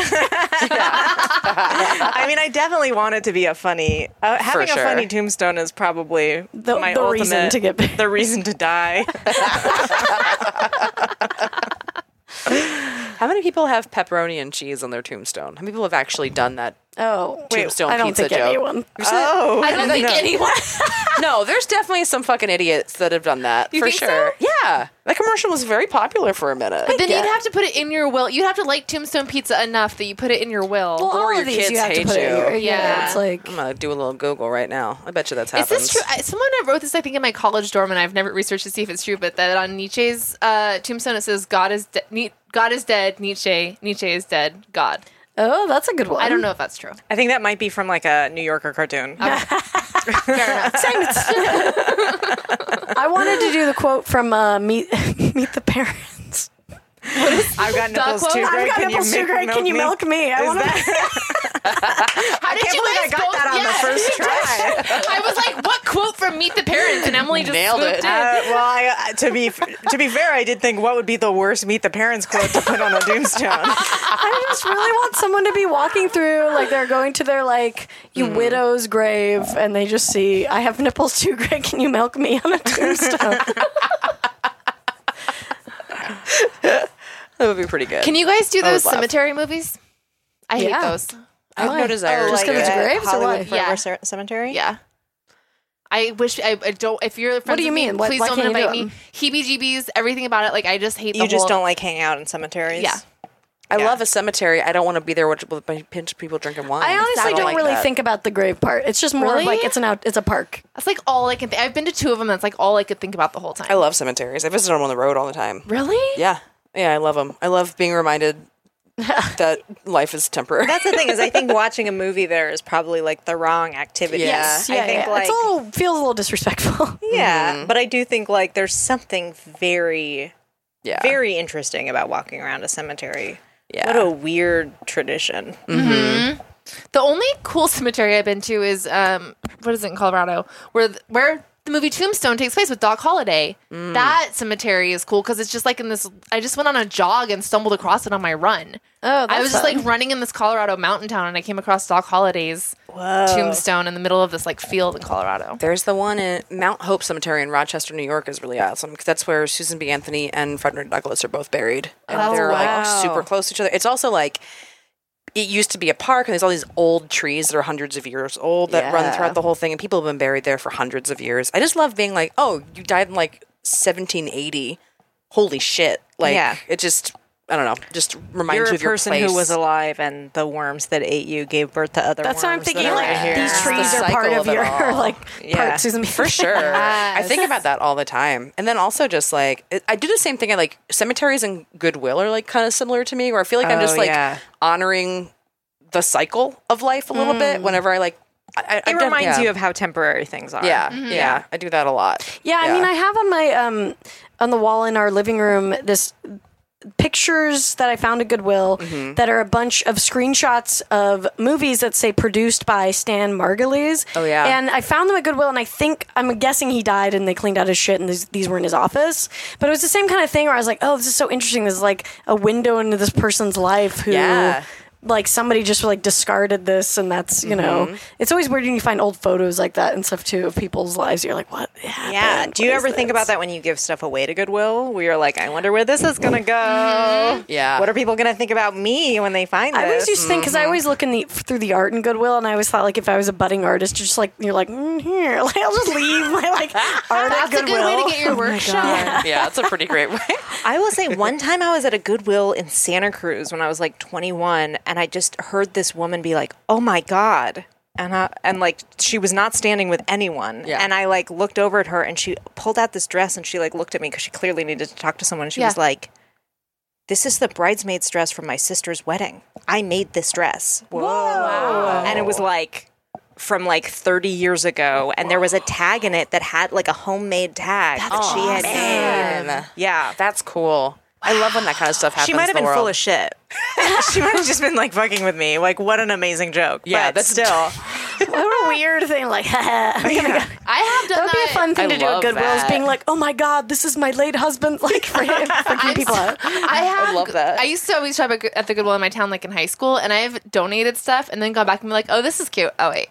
Speaker 1: <laughs>
Speaker 6: I mean, I definitely want it to be a funny. Uh, having
Speaker 3: sure.
Speaker 6: a funny tombstone is probably
Speaker 1: The-
Speaker 6: my
Speaker 1: the
Speaker 6: ultimate
Speaker 1: reason to get buried.
Speaker 6: <laughs> the reason to die.
Speaker 3: <laughs> How many people have pepperoni and cheese on their tombstone? How many people have actually done that?
Speaker 1: Oh,
Speaker 3: Tombstone
Speaker 1: I don't
Speaker 3: pizza
Speaker 1: think
Speaker 3: joke.
Speaker 1: anyone. Oh.
Speaker 2: I don't think
Speaker 3: <laughs>
Speaker 2: anyone.
Speaker 3: No, there's definitely some fucking idiots that have done that for
Speaker 2: think so?
Speaker 3: sure. Yeah, that commercial was very popular for a minute.
Speaker 2: But then you'd have to put it in your will. You'd have to like Tombstone Pizza enough that you put it in your will.
Speaker 1: Well, all
Speaker 3: your
Speaker 1: of these
Speaker 3: kids
Speaker 1: you have
Speaker 3: hate
Speaker 1: to put in
Speaker 3: you. Mm.
Speaker 1: your-
Speaker 2: Yeah.
Speaker 1: yeah, it's like
Speaker 3: I'm gonna do a little Google right now. I bet you that's
Speaker 2: Is
Speaker 3: happens.
Speaker 2: this true? I- Someone wrote this, I think, in my college dorm, and I've never researched to see if it's true. But that on Nietzsche's uh, tombstone, it says, "God is de- Ni- God is dead. Nietzsche, Nietzsche is dead. God."
Speaker 1: oh, that's a good one.
Speaker 2: I don't know if that's true.
Speaker 6: I think that might be from like a New Yorker cartoon.
Speaker 3: <laughs>
Speaker 1: <laughs> I wanted to do the quote from uh, Meet <laughs> Meet the Parents.
Speaker 6: I've got nipples
Speaker 2: quote?
Speaker 6: too
Speaker 2: I've
Speaker 6: great.
Speaker 1: I've got
Speaker 6: can
Speaker 1: nipples
Speaker 6: you
Speaker 1: too great. Can you milk me? I
Speaker 6: Is
Speaker 1: want to.
Speaker 6: that-
Speaker 2: How did
Speaker 6: I can't believe I
Speaker 2: guys
Speaker 6: got
Speaker 2: both-
Speaker 6: that on
Speaker 2: Yes.
Speaker 6: the first try.
Speaker 2: <laughs> I was like, "What quote from Meet the Parents?" And Emily just
Speaker 3: Nailed
Speaker 2: swooped
Speaker 3: it.
Speaker 2: in.
Speaker 6: Uh, well, I, uh, to be f- to be fair, I did think what would be the worst meet the parents quote to put on
Speaker 1: <laughs>
Speaker 6: a tombstone.
Speaker 1: I just really want someone to be walking through, like they're going to their like you widow's grave, and they just see I have nipples too great. Can you milk me on a tombstone?
Speaker 3: That would be pretty good.
Speaker 2: Can you guys do
Speaker 3: would
Speaker 2: those
Speaker 3: laugh.
Speaker 2: cemetery movies? I hate
Speaker 1: Yeah.
Speaker 2: those.
Speaker 3: I have no desire.
Speaker 1: Just
Speaker 3: to do
Speaker 1: because it's
Speaker 3: it.
Speaker 1: graves or
Speaker 6: uh, Hollywood
Speaker 1: what?
Speaker 6: Forever
Speaker 2: Yeah.
Speaker 6: Cer- Cemetery.
Speaker 2: Yeah. I wish I, I don't. If you're friends
Speaker 1: do you
Speaker 2: with me,
Speaker 1: mean? Why-
Speaker 2: please
Speaker 1: why
Speaker 2: don't
Speaker 1: can't you do
Speaker 2: invite me. Heebie-jeebies, everything about it. Like I just hate.
Speaker 6: you
Speaker 2: the
Speaker 6: just
Speaker 2: whole,
Speaker 6: don't like hanging out in cemeteries.
Speaker 2: Yeah.
Speaker 3: I love a cemetery. I don't want to be there with with a bunch of people drinking wine.
Speaker 1: I honestly don't,
Speaker 3: like
Speaker 1: really
Speaker 3: that.
Speaker 1: think about the grave part. It's just more of
Speaker 2: Really?
Speaker 1: like it's an out, it's a park.
Speaker 2: That's like all I can. Th- I've been to two of them. That's like all I could think about the whole time.
Speaker 3: I love cemeteries. I visit them on the road all the time.
Speaker 2: really?
Speaker 3: Yeah, yeah, I love them. I love being
Speaker 6: <laughs>
Speaker 3: reminded that life is temporary.
Speaker 6: That's the thing is, I think watching a movie there is probably like the wrong activity.
Speaker 3: Yeah.
Speaker 1: Yes, yeah,
Speaker 6: I think
Speaker 1: yeah.
Speaker 6: like
Speaker 1: it's a little feels a little disrespectful.
Speaker 6: yeah, but I do think like there's something very
Speaker 3: <laughs> yeah,
Speaker 6: very interesting about walking around a cemetery.
Speaker 3: Yeah.
Speaker 6: What a weird tradition.
Speaker 2: The only cool cemetery I've been to is um, what is it in Colorado, where th- where the movie Tombstone takes place with Doc Holliday.
Speaker 1: Mm.
Speaker 2: That cemetery is cool because it's just like in this. I just went on a jog and stumbled across it on my run.
Speaker 1: Oh,
Speaker 2: I
Speaker 1: that's
Speaker 2: was just
Speaker 1: fun.
Speaker 2: like running in this Colorado mountain town and I came across Doc Holliday's tombstone in the middle of this like field in Colorado.
Speaker 3: There's the one in Mount Hope Cemetery in Rochester, New York, is really awesome because that's where Susan B. Anthony and Frederick Douglass are both buried, and
Speaker 2: Oh,
Speaker 3: they're
Speaker 2: wow.
Speaker 3: like super close to each other. It's also like it used to be a park and there's all these old trees that are hundreds of years old that run
Speaker 1: Yeah.
Speaker 3: throughout the whole thing and people have been buried there for hundreds of years. I just love being like, "Oh, you died in like 1780. Holy shit." Like
Speaker 6: Yeah.
Speaker 3: it just I don't know, just reminds
Speaker 6: You're
Speaker 3: you
Speaker 6: a
Speaker 3: of your
Speaker 6: person
Speaker 3: place.
Speaker 6: who was alive, and the worms that ate you gave birth to other.
Speaker 1: That's why I'm
Speaker 6: worms that
Speaker 1: thinking
Speaker 6: are
Speaker 1: like
Speaker 6: out here.
Speaker 1: these
Speaker 3: It's the
Speaker 1: trees are
Speaker 3: cycle
Speaker 1: part of,
Speaker 3: of it
Speaker 1: your
Speaker 3: all.
Speaker 1: <laughs> like
Speaker 6: Yeah.
Speaker 1: parts of me
Speaker 3: for sure. I think about that all the time. And then also just like it- I do the same thing. I like cemeteries and Goodwill are like kind of similar to me, where I feel like I'm
Speaker 6: Oh,
Speaker 3: just like
Speaker 6: yeah.
Speaker 3: honoring the cycle of life a little bit. Whenever I like, I, I,
Speaker 6: Mm. It reminds you of Mm-hmm. how temporary things are.
Speaker 3: yeah, yeah. I do that a lot.
Speaker 1: Yeah, I mean, I have on my um on the wall in our living room this pictures that I found at Goodwill
Speaker 3: Mm-hmm.
Speaker 1: that are a bunch of screenshots of movies that say produced by Stan Margulies.
Speaker 3: Oh, yeah.
Speaker 1: and I found them at Goodwill, and I think I'm guessing he died, and they cleaned out his shit, and these, these were in his office. But it was the same kind of thing where I was like, oh, this is so interesting. This is like a window into this person's life who.
Speaker 3: Yeah.
Speaker 1: Like somebody just like discarded this, and that's you
Speaker 3: Mm-hmm.
Speaker 1: know, it's always weird when you find old photos like that and stuff too of people's lives. You're like, what? Happened?
Speaker 6: Yeah. Do you
Speaker 1: What is
Speaker 6: ever think
Speaker 1: this?
Speaker 6: about that when you give stuff away to Goodwill? Where you're like, I wonder where this is going to go.
Speaker 3: Yeah.
Speaker 6: What are people going to think about me when they find this?
Speaker 1: Mm-hmm. I always used to think because
Speaker 2: Mm-hmm.
Speaker 1: I always look in the through the art in Goodwill, and I always thought like if I was a budding artist, you're just like you're like mm, here, <laughs> like I'll just leave my
Speaker 2: <laughs>
Speaker 1: like art at
Speaker 2: That's a
Speaker 1: Goodwill.
Speaker 2: good way to
Speaker 1: Oh
Speaker 2: get your work shot.
Speaker 3: yeah, that's a pretty great
Speaker 6: <laughs>
Speaker 3: way.
Speaker 6: I will say one time I was at a Goodwill in Santa Cruz when I was like 21 and I just heard this woman be like, "Oh my god." And I, and like she was not standing with anyone.
Speaker 3: Yeah.
Speaker 6: And I like looked over at her and she pulled out this dress and she like looked at me cuz she clearly needed to talk to someone. And she was
Speaker 2: Yeah.
Speaker 6: like, "This is the bridesmaid's dress from my sister's wedding. I made this dress." Whoa. And it was like from like 30 years ago and there was a tag in it that had like a homemade tag that she had made.
Speaker 3: Man,
Speaker 6: Yeah.
Speaker 3: that's cool. I love when that
Speaker 6: <gasps>
Speaker 3: kind of stuff happens.
Speaker 6: She might
Speaker 3: in
Speaker 6: have
Speaker 3: the
Speaker 6: been
Speaker 3: world.
Speaker 6: full of shit. <laughs> she might have just been like fucking with me. Like, what an amazing joke.
Speaker 3: Yeah,
Speaker 6: but
Speaker 3: that's- <laughs>
Speaker 1: <laughs>
Speaker 6: still.
Speaker 1: what a weird thing, like <laughs>
Speaker 2: <laughs>
Speaker 1: I'm gonna go.
Speaker 2: I have done
Speaker 1: That would be a fun thing
Speaker 3: I
Speaker 1: to do at
Speaker 3: love
Speaker 1: Goodwill is
Speaker 3: that.
Speaker 1: being like, oh my god, this is my late husband, <laughs> like for
Speaker 2: <laughs>
Speaker 1: him, freaking people out.
Speaker 2: I have. I
Speaker 3: love that.
Speaker 2: used to always shop at, at the Goodwill in my town, like in high school, and I've donated stuff and then gone back and be like, "Oh, this is cute. Oh wait,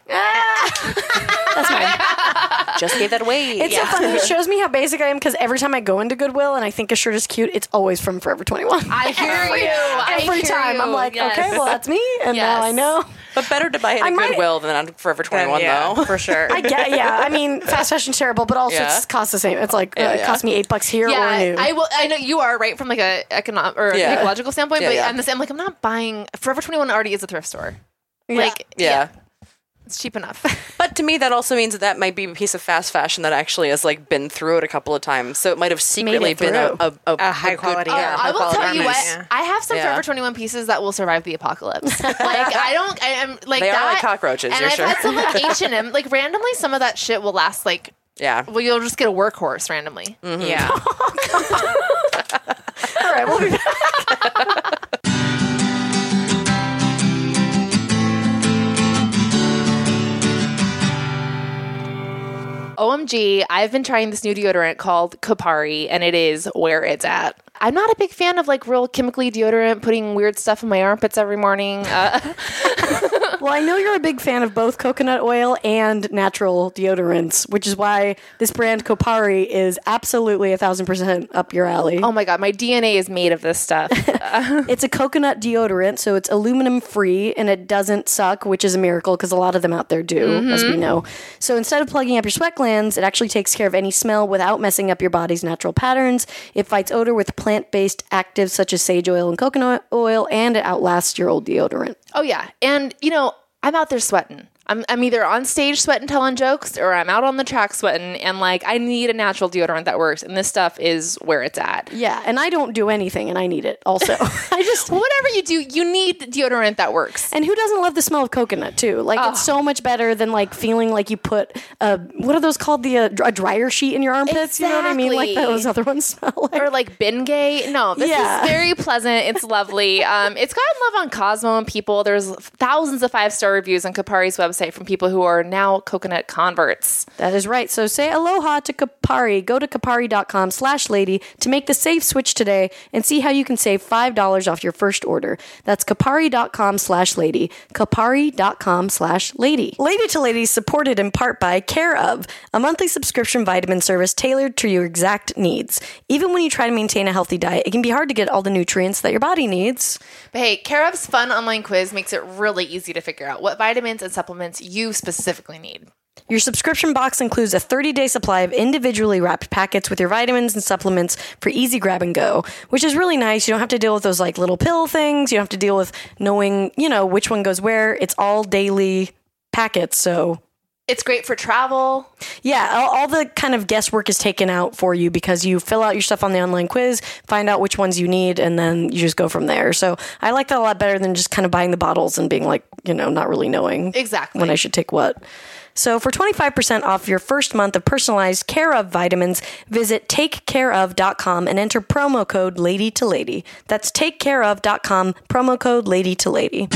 Speaker 3: Just gave that away.
Speaker 1: It's so funny. It shows me how basic I am because every time I go into Goodwill and I think a shirt is cute, it's always from Forever 21.
Speaker 2: <laughs> I hear you. I
Speaker 1: every
Speaker 2: hear
Speaker 1: time
Speaker 2: you.
Speaker 1: I'm like,
Speaker 2: Yes.
Speaker 1: okay, well that's me, and now I
Speaker 2: Yes.
Speaker 1: know.
Speaker 3: <laughs> but better to buy it at
Speaker 1: might-
Speaker 3: Goodwill than on Forever Twenty One,
Speaker 6: yeah,
Speaker 3: though.
Speaker 6: for sure.
Speaker 1: I <laughs> get, yeah. I
Speaker 3: <laughs>
Speaker 1: mean, fast fashion's terrible, but also
Speaker 3: Yeah.
Speaker 1: it's costs the same. It's like uh, it
Speaker 3: yeah.
Speaker 1: cost me eight bucks here or
Speaker 2: Yeah,
Speaker 1: new.
Speaker 2: I will. I know you are right from like a economic or
Speaker 3: Yeah.
Speaker 2: ecological standpoint,
Speaker 3: Yeah,
Speaker 2: but
Speaker 3: yeah.
Speaker 2: I'm the same. I'm like, I'm not buying Forever 21 already is a thrift store. Like,
Speaker 3: <laughs> yeah.
Speaker 2: it's cheap enough. <laughs>
Speaker 3: But to me, that also means that that might be a piece of fast fashion that actually has like been through it a couple of times. So it might have secretly been a,
Speaker 1: through.
Speaker 3: a, a,
Speaker 6: A high
Speaker 3: good-
Speaker 6: quality,
Speaker 3: yeah,
Speaker 6: yeah.
Speaker 3: high
Speaker 2: I will
Speaker 3: quality
Speaker 2: tell you what.
Speaker 3: garment.
Speaker 2: I have some
Speaker 3: Yeah.
Speaker 2: Forever 21 pieces that will survive the apocalypse. <laughs> like I don't. I am like
Speaker 3: They are
Speaker 2: that,
Speaker 3: like cockroaches,
Speaker 2: And
Speaker 3: you're
Speaker 2: I've
Speaker 3: sure.
Speaker 2: had some like
Speaker 3: <laughs>
Speaker 2: H and M. Like randomly, some of that shit will last like.
Speaker 3: Yeah. Mm-hmm.
Speaker 2: Well, you'll just get a workhorse randomly.
Speaker 3: Mm.
Speaker 6: yeah.
Speaker 1: All right, we'll be back.
Speaker 2: OMG, I've been trying this new deodorant called Kapari, and it is where it's at. I'm not a big fan of like real chemically deodorant, putting weird stuff in my armpits every morning. Uh,
Speaker 1: <laughs> Well, I know you're a big fan of both coconut oil and natural deodorants, which is why this brand Kopari is absolutely a thousand percent up your alley.
Speaker 2: oh my god, my DNA is made of this stuff.
Speaker 1: It's a coconut deodorant, so it's aluminum free and it doesn't suck, which is a miracle because a lot of them out there do, as
Speaker 2: Mm-hmm.
Speaker 1: we know. So instead of plugging up your sweat glands, it actually takes care of any smell without messing up your body's natural patterns. It fights odor with plant based actives such as sage oil and coconut oil, and it outlasts your old deodorant.
Speaker 2: Oh yeah, and you know I'm out there sweating. I'm I'm either on stage sweating, telling jokes, or I'm out on the track sweating, and like I need a natural deodorant that works, and this stuff is where it's at.
Speaker 1: Yeah, and I don't do anything and I need it
Speaker 2: <laughs>
Speaker 1: also. I just.
Speaker 2: Well, whatever you do, you need deodorant that works.
Speaker 1: And who doesn't love the smell of coconut too? Like it's
Speaker 2: Ah.
Speaker 1: so much better than like feeling like you put a what are those called the uh, dr- a dryer sheet in your armpits? You know what I mean? Like
Speaker 2: Exactly.
Speaker 1: those other ones smell like.
Speaker 2: Or like Bengay. No, this
Speaker 1: Yeah.
Speaker 2: is very pleasant. It's lovely. Um, it's gotten love on Cosmo and people. There's thousands of five star reviews on Kapari's website. say from people who are now coconut converts.
Speaker 1: That is right. So say aloha to Kapari. Go to kapari.com slash lady to make the safe switch today and see how you can save $5 off your first order. That's kapari.com slash lady. Kapari.com slash lady. Lady to Lady is supported in part by Care of, a monthly subscription vitamin service tailored to your exact needs. Even when you try to maintain a healthy diet, it can be hard to get all the nutrients that your body needs.
Speaker 2: But hey, Carib's fun online quiz makes it really easy to figure out what vitamins and supplements you specifically need.
Speaker 1: Your subscription box includes a 30 day supply of individually wrapped packets with your vitamins and supplements for easy grab and go, which is really nice. You don't have to deal with those like little pill things. You don't have to deal with knowing, you know, which one goes where. It's all daily packets. So,
Speaker 2: It's great for travel.
Speaker 1: yeah, all, all the kind of guesswork is taken out for you because you fill out your stuff on the online quiz, find out which ones you need, and then you just go from there. So, I like that a lot better than just kind of buying the bottles and being like, you know, not really knowing
Speaker 2: Exactly.
Speaker 1: when I should take what. So for 25% off your first month of personalized care of vitamins, visit takecareof.com and enter promo code lady to lady. That's takecareof.com, promo code lady to lady.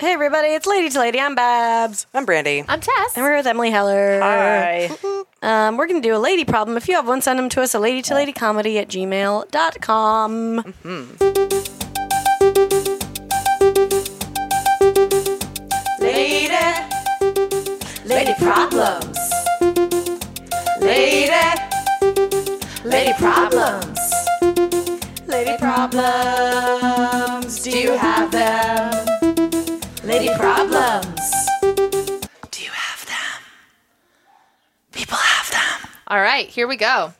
Speaker 1: Hey everybody, it's Lady to Lady. I'm Babs.
Speaker 3: I'm Brandy.
Speaker 2: I'm Tess.
Speaker 1: And we're with Emily Heller.
Speaker 3: Hi.
Speaker 1: Um, we're going to do a lady problem. If you have one, send them to us at lady to lady comedy at gmail.com.
Speaker 2: Lady problems. Lady. Lady problems. Lady problems. Do you have them? Lady problems. Do you have them? People have them. All right, here we go.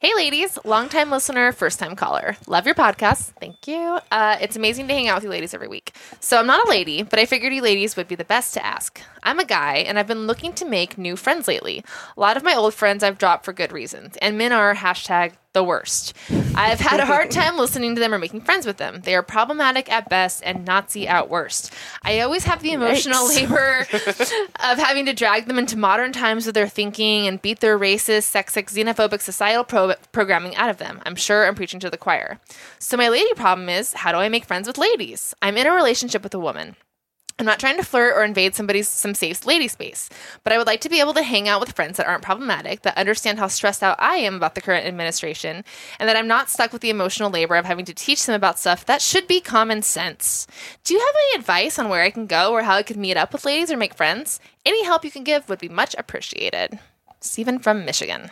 Speaker 2: Hey, ladies, longtime listener, first time caller. Love your podcast. Thank you. Uh, it's amazing to hang out with you ladies every week. So, I'm not a lady, but I figured you ladies would be the best to ask. I'm a guy, and I've been looking to make new friends lately. A lot of my old friends I've dropped for good reasons, and men are hashtag the worst. I've had a hard time listening to them or making friends with them. They are problematic at best and Nazi at worst. I always have the emotional labor of having to drag them into modern times with their thinking and beat their racist, sexist, xenophobic, societal pro- programming out of them. I'm sure I'm preaching to the choir. So, my lady problem is how do I make friends with ladies? I'm in a relationship with a woman. I'm not trying to flirt or invade somebody's some safe lady space, but I would like to be able to hang out with friends that aren't problematic, that understand how stressed out I am about the current administration, and that I'm not stuck with the emotional labor of having to teach them about stuff that should be common sense. Do you have any advice on where I can go or how I could meet up with ladies or make friends? Any help you can give would be much appreciated. Stephen from Michigan.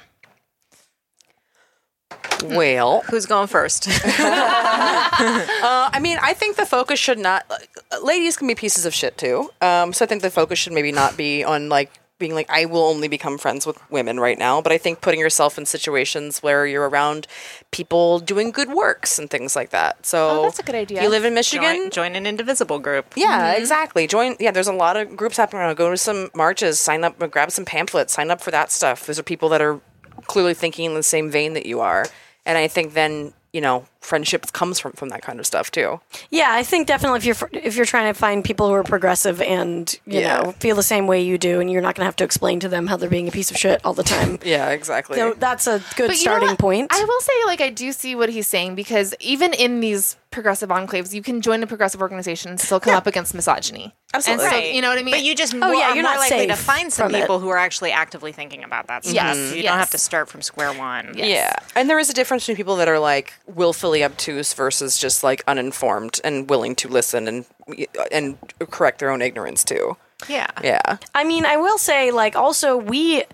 Speaker 3: Well,
Speaker 6: Who's going <laughs> first?
Speaker 3: uh, I mean, I think the focus should not. uh, Ladies can be pieces of shit too. Um, so I think the focus should maybe not be on like being like I will only become friends with women right now. But I think putting yourself in situations where you're around people doing good works and things like that. So
Speaker 2: Oh, that's a good idea.
Speaker 3: You live in Michigan.
Speaker 6: join, join an indivisible group.
Speaker 3: Yeah, exactly. Join. Yeah, there's a lot of groups happening around. Go to some marches, sign up, grab some pamphlets, sign up for that stuff. Those are people that are clearly thinking in the same vein that you are, and I think then you know friendships comes from from that kind of stuff too.
Speaker 1: Yeah, I think definitely if you're if you're trying to find people who are progressive and you
Speaker 3: Yeah.
Speaker 1: know feel the same way you do, and you're not going to have to explain to them how they're being a piece of shit all the
Speaker 3: <laughs>
Speaker 1: time.
Speaker 3: Yeah, exactly.
Speaker 1: So that's a good
Speaker 2: But you know
Speaker 1: starting
Speaker 2: what?
Speaker 1: point.
Speaker 2: I will say, like, I do see what he's saying because even in these progressive enclaves, you can join a progressive organization and still come up against misogyny.
Speaker 3: Absolutely.
Speaker 2: And so, you know what I mean?
Speaker 6: But you just
Speaker 1: yeah,
Speaker 6: more,
Speaker 1: you're
Speaker 6: are more
Speaker 1: not
Speaker 6: likely to
Speaker 1: safe
Speaker 6: find some
Speaker 1: from it.
Speaker 6: people who are actually actively thinking about that. Stuff.
Speaker 2: Yes,
Speaker 6: you
Speaker 2: yes.
Speaker 6: don't have to start from square one.
Speaker 2: Yes.
Speaker 3: yeah, and there is a difference between people that are like willfully obtuse versus just like uninformed and willing to listen and and correct their own ignorance too.
Speaker 6: yeah.
Speaker 3: Yeah,
Speaker 1: I mean, I will say, like, also we.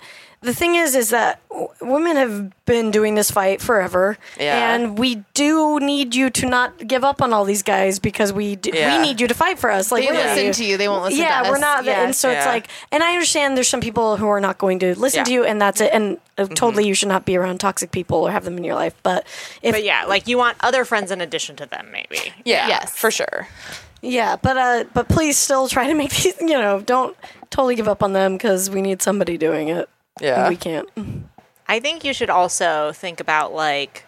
Speaker 1: The thing is, is that w- women have been doing this fight forever,
Speaker 3: Yeah.
Speaker 1: and we do need you to not give up on all these guys because we do,
Speaker 3: Yeah.
Speaker 1: we need you to fight for us. Like,
Speaker 2: they
Speaker 1: we're not-
Speaker 2: listen to you, they won't listen
Speaker 1: yeah,
Speaker 2: to us.
Speaker 1: we're not.
Speaker 2: Yeah.
Speaker 1: And so it's
Speaker 3: Yeah.
Speaker 1: like, and I understand there's some people who are not going to listen
Speaker 3: Yeah.
Speaker 1: to you, and that's it. And uh, totally, you should not be around toxic people or have them in your life. But if
Speaker 6: But
Speaker 1: yeah,
Speaker 6: yeah, like you want other friends in addition to them, maybe.
Speaker 3: yeah,
Speaker 2: Yes.
Speaker 3: for sure.
Speaker 1: but uh, but please still try to make <laughs> these. You know, don't totally give up on them because we need somebody doing it.
Speaker 3: Yeah.
Speaker 1: we can't.
Speaker 6: I think you should also think about like,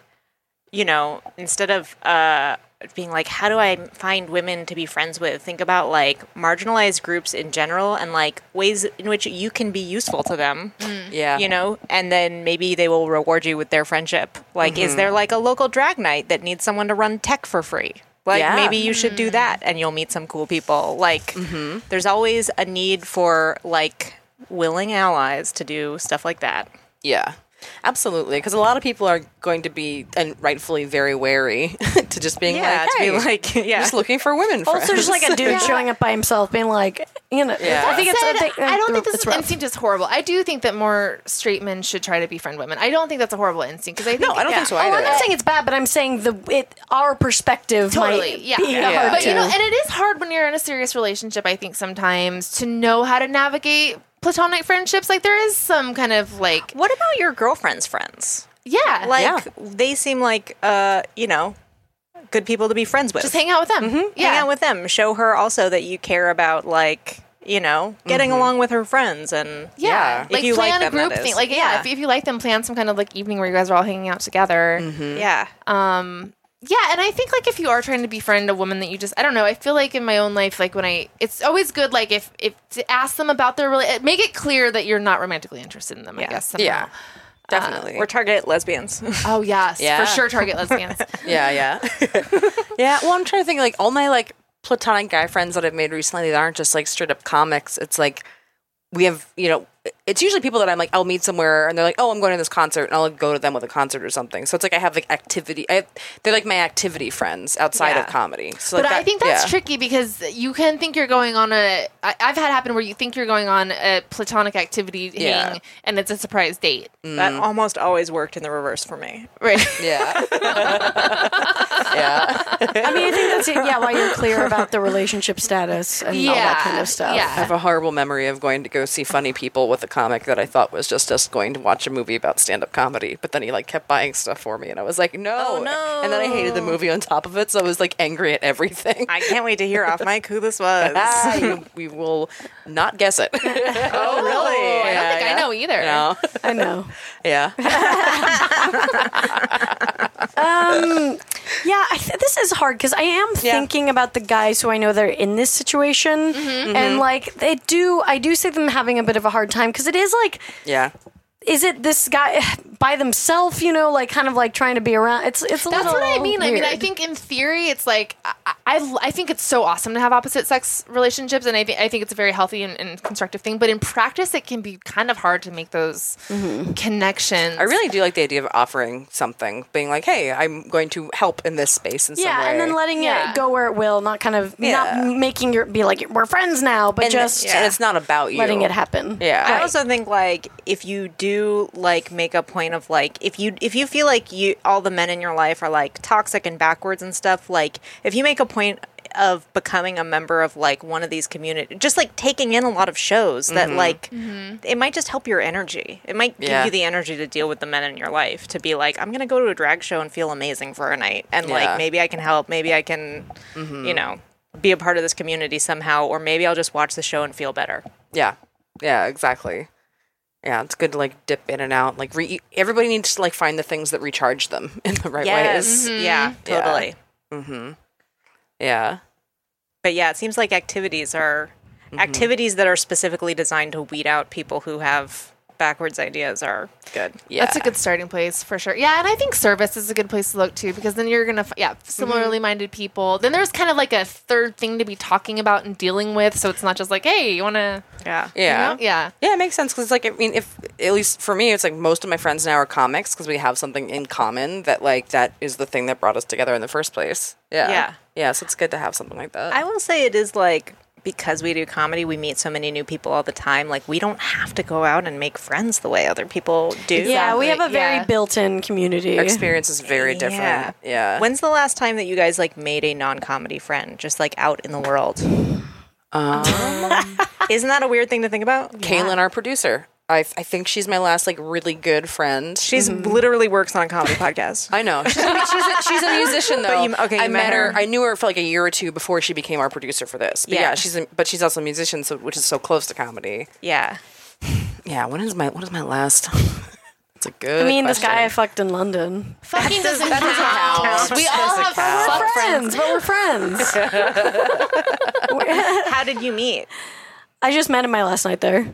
Speaker 6: you know, instead of uh, being like, how do I find women to be friends with? Think about like marginalized groups in general and like ways in which you can be useful to them.
Speaker 3: Yeah.
Speaker 6: You know, and then maybe they will reward you with their friendship. Like, is there like a local drag night that needs someone to run tech for free? Like,
Speaker 3: Yeah.
Speaker 6: maybe you should do that and you'll meet some cool people. Like, there's always a need for like willing allies to do stuff like that.
Speaker 3: Yeah, absolutely. Because a lot of people are going to be, and rightfully, very wary <laughs> to just being
Speaker 6: Yeah,
Speaker 3: like,
Speaker 6: to be
Speaker 3: "Hey,
Speaker 6: like-
Speaker 3: I'm
Speaker 6: yeah.
Speaker 3: just looking for women friends.
Speaker 1: Also, just like a dude showing up by himself, being like, you know,
Speaker 3: Yeah.
Speaker 1: I think it's. I,
Speaker 2: said,
Speaker 1: think,
Speaker 2: I don't think this
Speaker 1: it's
Speaker 2: is
Speaker 1: rough.
Speaker 2: instinct is horrible. I do think that more straight men should try to befriend women. I don't think that's a horrible instinct because I think
Speaker 3: no, <laughs> I don't think so either.
Speaker 1: Oh, I'm not saying it's bad, but I'm saying the it our perspective
Speaker 2: totally
Speaker 1: might
Speaker 2: yeah.
Speaker 1: be hard
Speaker 2: But
Speaker 1: to.
Speaker 2: you know, and it is hard when you're in a serious relationship. I think sometimes to know how to navigate platonic friendships, like there is some kind of like
Speaker 6: What about your girlfriend's friends?
Speaker 2: yeah,
Speaker 6: Like
Speaker 3: Yeah.
Speaker 6: they seem like uh, you know, good people to be friends with.
Speaker 2: just hang out with them. Yeah,
Speaker 6: Hang out with them. Show her also that you care about like, you know, getting along with her friends and
Speaker 2: Yeah,
Speaker 3: If
Speaker 2: like
Speaker 6: you like
Speaker 2: plan
Speaker 6: them,
Speaker 2: a group
Speaker 6: that
Speaker 2: thing.
Speaker 6: is.
Speaker 2: Like yeah,
Speaker 6: Yeah.
Speaker 2: If, if you like them, plan some kind of like evening where you guys are all hanging out together.
Speaker 6: yeah.
Speaker 2: Yeah, and I think like if you are trying to befriend a woman that you just I don't know, I feel like in my own life like when I it's always good like if if to ask them about their rela- make it clear that you're not romantically interested in them, I guess. somehow.
Speaker 3: yeah, definitely.
Speaker 6: Or target lesbians. <laughs>
Speaker 2: Oh yes,
Speaker 3: Yeah.
Speaker 2: for sure target lesbians.
Speaker 3: yeah, yeah, yeah. <laughs> Well, I'm trying to think. Like all my like platonic guy friends that I've made recently that aren't just like straight up comics. It's like we have, you know, it's usually people that I'm like, I'll meet somewhere, and they're like, oh, I'm going to this concert, and I'll go to them with a concert or something. So it's like I have like activity. I, they're like my activity friends outside of
Speaker 6: Yeah.
Speaker 3: comedy. So
Speaker 2: but
Speaker 3: like,
Speaker 2: I
Speaker 3: that-
Speaker 2: think that's
Speaker 3: yeah.
Speaker 2: tricky because you can think you're going on a. I, I've had happen where you think you're going on a platonic activity
Speaker 3: Yeah.
Speaker 2: hang and it's a surprise date.
Speaker 6: That almost always worked in the reverse for me.
Speaker 2: Right.
Speaker 3: <laughs> Yeah. yeah.
Speaker 1: I mean, I think that's it. Yeah, while you're clear about the relationship status and all that
Speaker 2: Yeah,
Speaker 1: kind of stuff.
Speaker 3: I have
Speaker 2: Yeah.
Speaker 3: a horrible memory of going to go see funny people with a comic that I thought was just us going to watch a movie about stand up comedy. But then he like kept buying stuff for me and I was like, no.
Speaker 1: Oh,
Speaker 3: no. And then I hated the movie on top of it, so I was like angry at everything.
Speaker 6: I can't wait to hear off mic who this was.
Speaker 3: <laughs> Ah, you- we will not guess it.
Speaker 6: oh, <laughs> really?
Speaker 2: I don't think I know
Speaker 1: <laughs>
Speaker 2: either.
Speaker 3: no.
Speaker 1: I know.
Speaker 3: Yeah.
Speaker 1: Um, yeah, I th- this is hard because I am thinking about the guys who I know that are in this situation,
Speaker 2: Mm-hmm.
Speaker 1: and like they do, I do see them having a bit of a hard time because it is like,
Speaker 3: Yeah.
Speaker 1: is it this guy <sighs> by themselves? You know, like kind of like trying to be around. It's it's a
Speaker 2: That's
Speaker 1: little
Speaker 2: what I mean. I mean, I
Speaker 1: Oh, weird.
Speaker 2: think in theory, it's like I, I, I think it's so awesome to have opposite sex relationships, and I think I think it's a very healthy and, and constructive thing. But in practice, it can be kind of hard to make those connections.
Speaker 3: I really do like the idea of offering something, being like, hey, I'm going to help in this space in some
Speaker 1: Yeah,
Speaker 3: way.
Speaker 1: and then letting
Speaker 2: Yeah.
Speaker 1: it go where it will, not kind of
Speaker 3: Yeah.
Speaker 1: not making your be like we're friends now, but
Speaker 3: and
Speaker 1: just
Speaker 3: and it's not about you.
Speaker 1: letting it happen.
Speaker 3: Yeah.
Speaker 6: I also think like if you do like make a point of like if you if you feel like you all the men in your life are like toxic and backwards and stuff like if you make a point of becoming a member of like one of these community just like taking in a lot of shows that like it might just help your energy it might give
Speaker 3: Mm-hmm. Yeah.
Speaker 6: you the energy to deal with the men in your life to be like i'm gonna go to a drag show and feel amazing for a night and
Speaker 3: Yeah. Mm-hmm.
Speaker 6: like maybe i can help maybe i can you know be a part of this community somehow or maybe i'll just watch the show and feel better
Speaker 3: Yeah. Yeah, exactly. Yeah, it's good to like dip in and out. Like re- everybody needs to like find the things that recharge them <laughs> in the right ways.
Speaker 6: Yeah,
Speaker 3: Yeah.
Speaker 6: totally.
Speaker 3: Yeah.
Speaker 6: But yeah, it seems like activities are activities that are specifically designed to weed out people who have backwards ideas are good.
Speaker 3: Yeah.
Speaker 2: That's a good starting place for sure. Yeah, and I think service is a good place to look to because then you're gonna, f- yeah, similarly minded people. Then there's kind of like a third thing to be talking about and dealing with, so it's not just like, hey, you want to,
Speaker 6: Yeah.
Speaker 3: Yeah.
Speaker 2: yeah,
Speaker 3: Yeah, it makes sense because, like, I mean, if at least for me, it's like most of my friends now are comics because we have something in common that, like, that is the thing that brought us together in the first place. Yeah.
Speaker 6: Yeah.
Speaker 3: Yeah. So it's good to have something like that.
Speaker 6: I will say it is like because we do comedy, we meet so many new people all the time. Like we don't have to go out and make friends the way other people do.
Speaker 1: Yeah, we have a very
Speaker 2: Yeah.
Speaker 1: built-in community.
Speaker 3: Our experience is very different. Yeah.
Speaker 6: When's the last time that you guys like made a non-comedy friend, just like out in the world? Um, <laughs> Isn't that a weird thing to think about?
Speaker 3: Kaylin, our producer, I, I think she's my last, like, really good friend.
Speaker 6: She's literally works on a comedy <laughs> podcast.
Speaker 3: I know. She's, I mean, she's, a, she's a musician though.
Speaker 6: you- okay, you
Speaker 3: I
Speaker 6: met her.
Speaker 3: I knew her for like a year or two before she became our producer for this. But yeah,
Speaker 6: Yeah.
Speaker 3: she's a, but she's also a musician, so which is so close to comedy.
Speaker 6: yeah.
Speaker 3: Yeah. When is my what is my last? <laughs> It's a good.
Speaker 1: I mean, this
Speaker 3: question.
Speaker 1: guy I fucked in London.
Speaker 2: Fucking doesn't count.
Speaker 3: Counts.
Speaker 2: We all have
Speaker 1: We're
Speaker 2: fuck
Speaker 1: friends, but we're friends.
Speaker 6: How did you meet?
Speaker 1: <laughs> I just met him my last night there.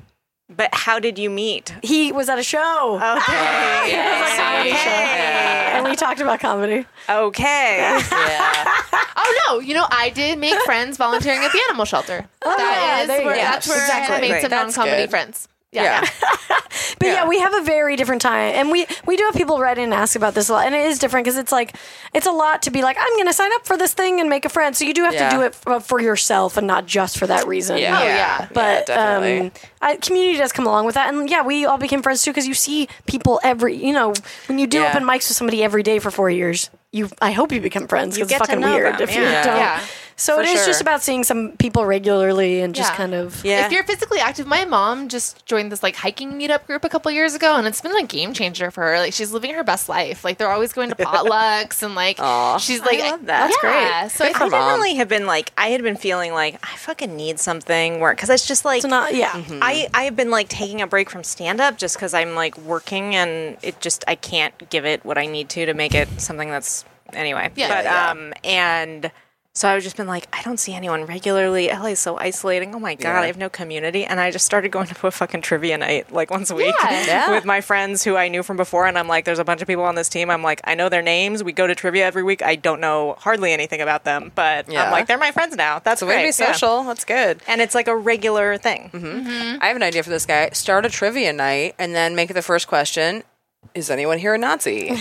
Speaker 6: But how did you meet?
Speaker 1: He was at a show. Okay. <laughs> And we talked about comedy.
Speaker 6: <laughs> Okay.
Speaker 3: Yeah.
Speaker 2: Oh no! You know, I did make friends volunteering at the animal shelter.
Speaker 1: yeah,
Speaker 2: That is
Speaker 1: there you
Speaker 2: where,
Speaker 1: go.
Speaker 2: that's where I
Speaker 3: Exactly.
Speaker 2: made some
Speaker 3: That's
Speaker 2: non-comedy
Speaker 3: good.
Speaker 2: friends. Yeah.
Speaker 3: Yeah.
Speaker 1: But yeah. we have a very different time, and we we do have people write in and ask about this a lot, and it is different because it's like it's a lot to be like I'm going to sign up for this thing and make a friend. So you do have
Speaker 3: Yeah.
Speaker 1: to do it f- for yourself and not just for that reason.
Speaker 3: Yeah.
Speaker 2: yeah.
Speaker 1: But
Speaker 3: definitely.
Speaker 1: um, I, community does come along with that, and yeah, we all became friends too because you see people every, you know, when you do
Speaker 3: Yeah.
Speaker 1: open mics with somebody every day for four years, you I hope you become friends because it's fucking weird if
Speaker 3: yeah.
Speaker 1: you don't.
Speaker 2: Yeah.
Speaker 1: So it is just
Speaker 3: sure.
Speaker 1: about seeing some people regularly and just
Speaker 2: Yeah.
Speaker 1: kind of
Speaker 3: Yeah.
Speaker 2: If you're physically active, my mom just joined this like hiking meetup group a couple years ago, and it's been a game changer for her. Like she's living her best life. Like they're always going to potlucks and like she's like
Speaker 6: love that. That's
Speaker 2: yeah. So I
Speaker 6: I
Speaker 2: think
Speaker 6: definitely have been like, I had been feeling like I fucking need something work because it's just like
Speaker 1: it's not yeah.
Speaker 2: Mm-hmm.
Speaker 3: Mm-hmm.
Speaker 6: I I have been like taking a break from stand up just because I'm like working and it just I can't give it what I need to to make it something that's anyway.
Speaker 2: Yeah,
Speaker 6: but
Speaker 2: yeah,
Speaker 6: um and. So I've just been like, I don't see anyone regularly. LA is so isolating. Oh my god, I have no community. And I just started going <laughs> to a fucking trivia night like once a week
Speaker 2: Yeah. Yeah.
Speaker 6: with my friends who I knew from before. And I'm like, there's a bunch of people on this team. I'm like, I know their names. We go to trivia every week. I don't know hardly anything about them, but
Speaker 3: Yeah.
Speaker 6: I'm like, they're my friends now.
Speaker 3: It's
Speaker 6: That's
Speaker 3: a way
Speaker 6: great.
Speaker 3: to be
Speaker 6: Yeah.
Speaker 3: social. That's good.
Speaker 6: And it's like a regular thing.
Speaker 3: I have an idea for this guy. Start a trivia night and then make it the first question. Is anyone here a Nazi? <laughs> and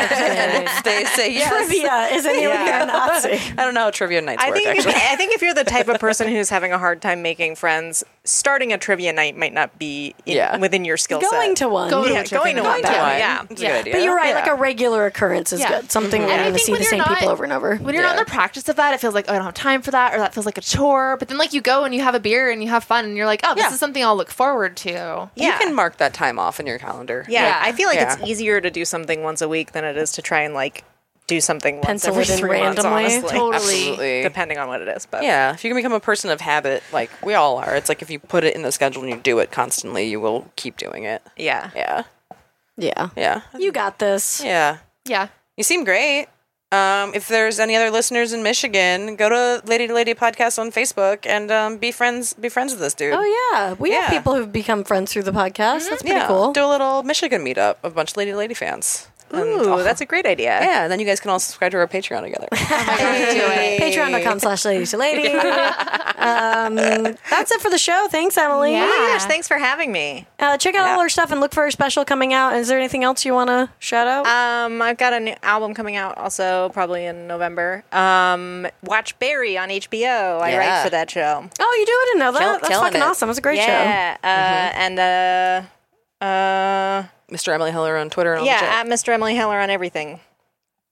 Speaker 3: if they say
Speaker 1: <laughs>
Speaker 3: yes.
Speaker 1: Trivia is anyone here a
Speaker 2: <laughs>
Speaker 1: Nazi?
Speaker 3: I don't know how trivia nights
Speaker 6: I
Speaker 3: work,
Speaker 6: think if,
Speaker 3: actually.
Speaker 6: I think if you're the type of
Speaker 3: <laughs>
Speaker 6: person who's having a hard time making friends, starting a trivia night might not be in,
Speaker 3: Yeah.
Speaker 6: within your skill set.
Speaker 1: Going to one.
Speaker 2: Go to
Speaker 6: yeah,
Speaker 2: a trivia
Speaker 6: going to
Speaker 2: night.
Speaker 6: one.
Speaker 3: Come on.
Speaker 6: Yeah.
Speaker 3: It's a
Speaker 2: Yeah.
Speaker 3: good idea.
Speaker 1: But you're right, like
Speaker 3: Yeah.
Speaker 1: a regular occurrence is
Speaker 2: Yeah. Mm-hmm.
Speaker 1: good. Something where
Speaker 2: And
Speaker 1: you're
Speaker 2: I
Speaker 1: going to
Speaker 2: think
Speaker 1: see
Speaker 2: when
Speaker 1: the
Speaker 2: you're
Speaker 1: same
Speaker 2: not-
Speaker 1: people over and over.
Speaker 2: when you're not in
Speaker 3: Yeah.
Speaker 2: the practice of that, it feels like oh, I don't have time for that, or that feels like a chore. But then like you go and you have a beer and you have fun, and you're like, oh, this
Speaker 3: Yeah.
Speaker 2: is something I'll look forward to.
Speaker 3: You
Speaker 6: Yeah.
Speaker 3: can mark that time off in your calendar.
Speaker 6: Yeah, I feel like
Speaker 3: Yeah.
Speaker 6: it's easier to do something once a week than it is to try and like do something once
Speaker 1: Pencil
Speaker 6: every
Speaker 1: it in
Speaker 6: three months,
Speaker 1: randomly.
Speaker 6: honestly.
Speaker 2: Totally.
Speaker 3: Absolutely.
Speaker 6: Depending on what it is, but
Speaker 3: Yeah, if you can become a person of habit, like we all are, it's like if you put it in the schedule and you do it constantly, you will keep doing it.
Speaker 6: yeah,
Speaker 3: Yeah,
Speaker 1: yeah.
Speaker 3: yeah,
Speaker 1: You got this.
Speaker 3: yeah.
Speaker 2: Yeah.
Speaker 3: You seem great. Um, if there's any other listeners in Michigan, go to Lady to Lady Podcast on Facebook and um, be friends. Be friends with this dude.
Speaker 1: Oh yeah, we have
Speaker 3: Yeah.
Speaker 1: people who've become friends through the podcast.
Speaker 2: Mm-hmm.
Speaker 1: That's pretty
Speaker 3: Yeah,
Speaker 1: cool.
Speaker 3: Do a little Michigan meetup of a bunch of Lady to Lady fans. And-
Speaker 6: Ooh, that's a great idea.
Speaker 3: yeah, and then you guys can all subscribe to our Patreon
Speaker 6: <laughs>
Speaker 3: together.
Speaker 1: Patreon.com slash lady to lady. um, that's it for the show. Thanks, Emily.
Speaker 6: Oh my gosh, thanks for having me.
Speaker 1: Uh, check out all our stuff and look for our special coming out. Is there anything else you want to shout out?
Speaker 6: Um, I've got a new album coming out also probably in November. Um, watch Barry on HBO. I
Speaker 3: Yeah.
Speaker 6: write for that show.
Speaker 1: oh, you do? I didn't know that.
Speaker 3: kill-
Speaker 1: that's
Speaker 3: killing
Speaker 1: fucking
Speaker 3: it.
Speaker 1: awesome. It's a great show.
Speaker 6: Yeah, uh, and uh, uh,
Speaker 3: Mr. Emily Heller on Twitter. And all
Speaker 6: yeah,
Speaker 3: the
Speaker 6: at Mr. Emily Heller on everything.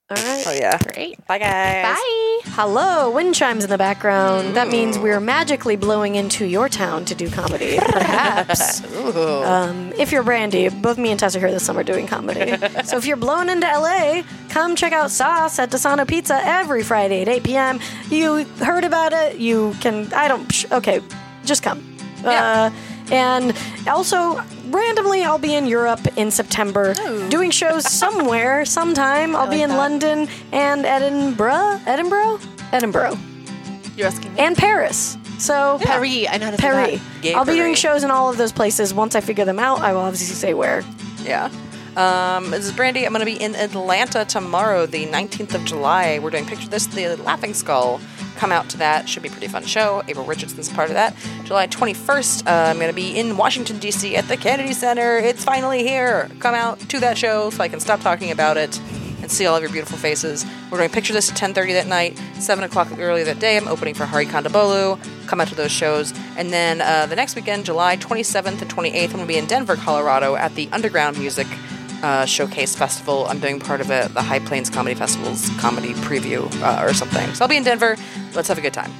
Speaker 1: All right.
Speaker 3: shit. oh yeah.
Speaker 2: Great.
Speaker 6: Bye guys.
Speaker 2: Bye.
Speaker 1: Hello, wind chimes in the background. That means we're magically blowing into your town to do comedy, perhaps. um, if you're Brandy, both me and Tess are here this summer doing
Speaker 2: <laughs>
Speaker 1: comedy. so if you're blown into LA, come check out Sauce at Desano Pizza every Friday at 8 p.m. You heard about it. You can. I don't. Psh, okay, just come. Uh, and also, randomly, I'll be in Europe in September
Speaker 2: Oh.
Speaker 1: doing
Speaker 2: <laughs>
Speaker 1: shows somewhere, sometime. I'll be in London and Edinburgh. Edinburgh? Edinburgh.
Speaker 2: You're asking me.
Speaker 1: And Paris. So,
Speaker 2: Perry, I know how to say
Speaker 1: Paris.
Speaker 2: that.
Speaker 3: Gay
Speaker 1: I'll be doing
Speaker 3: Paris.
Speaker 1: shows in all of those places. Once I figure them out, I will obviously say where.
Speaker 3: Yeah. Um, this is Brandy. I'm going to be in Atlanta tomorrow, the 19th of July. We're doing Picture This, The Laughing Skull. Come out to that. Should be a pretty fun show. April Richardson's part of that. July 21st, uh, I'm going to be in Washington, D.C. at the Kennedy Center. It's finally here. Come out to that show so I can stop talking about it and see all of your beautiful faces. We're doing Picture This at 10.30 that night, 7 o'clock earlier that day. I'm opening for Hari Kondabolu. Come out to those shows. And then uh, the next weekend, July 27th and 28th, I'm going to be in Denver, Colorado at the Underground Music uh, Showcase Festival. I'm doing part of it, the High Plains Comedy Festival's comedy preview uh, or something. So I'll be in Denver. Let's have a good time.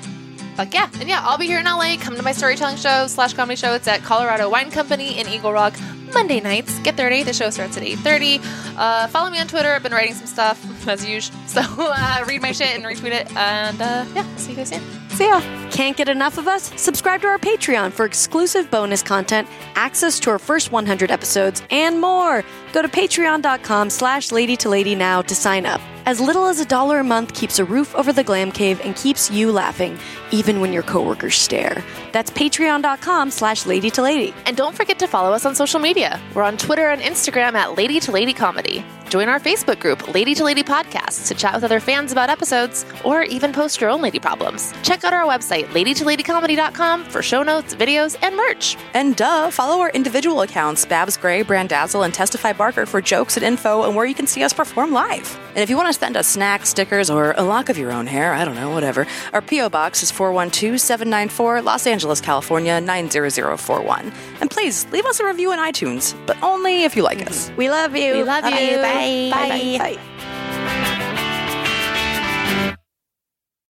Speaker 2: Fuck yeah. And yeah, I'll be here in LA. Come to my storytelling show slash comedy show. It's at Colorado Wine Company in Eagle Rock Monday nights. Get there at 8. The show starts at 8.30. Uh, follow me on Twitter. I've been <laughs> writing some stuff as usual. So uh, read my shit and retweet it. And uh, yeah, see you guys soon.
Speaker 1: So yeah, can't get enough of us? Subscribe to our Patreon for exclusive bonus content, access to our first 100 episodes, and more. Go to patreon.com slash lady to lady now to sign up. As little as a dollar a month keeps a roof over the glam cave and keeps you laughing, even when your coworkers stare. That's patreon.com slash lady to lady.
Speaker 2: And don't forget to follow us on social media. We're on Twitter and Instagram at Lady to Lady Comedy. Join our Facebook group, Lady to Lady Podcast, to chat with other fans about episodes or even post your own lady problems. Check out our website, ladytoladycomedy.com, for show notes, videos, and merch.
Speaker 3: And duh, follow our individual accounts, Babs Gray, Brandazzle, and Testify Barker for jokes and info and where you can see us perform live. And if you want to send us snacks, stickers, or a lock of your own hair, I don't know, whatever, our P.O. Box is 412-794 Los Angeles, California, 90041. And please, leave us a review on iTunes, but only if you like us.
Speaker 1: We love you.
Speaker 2: love you.
Speaker 1: Bye. Bye. Bye.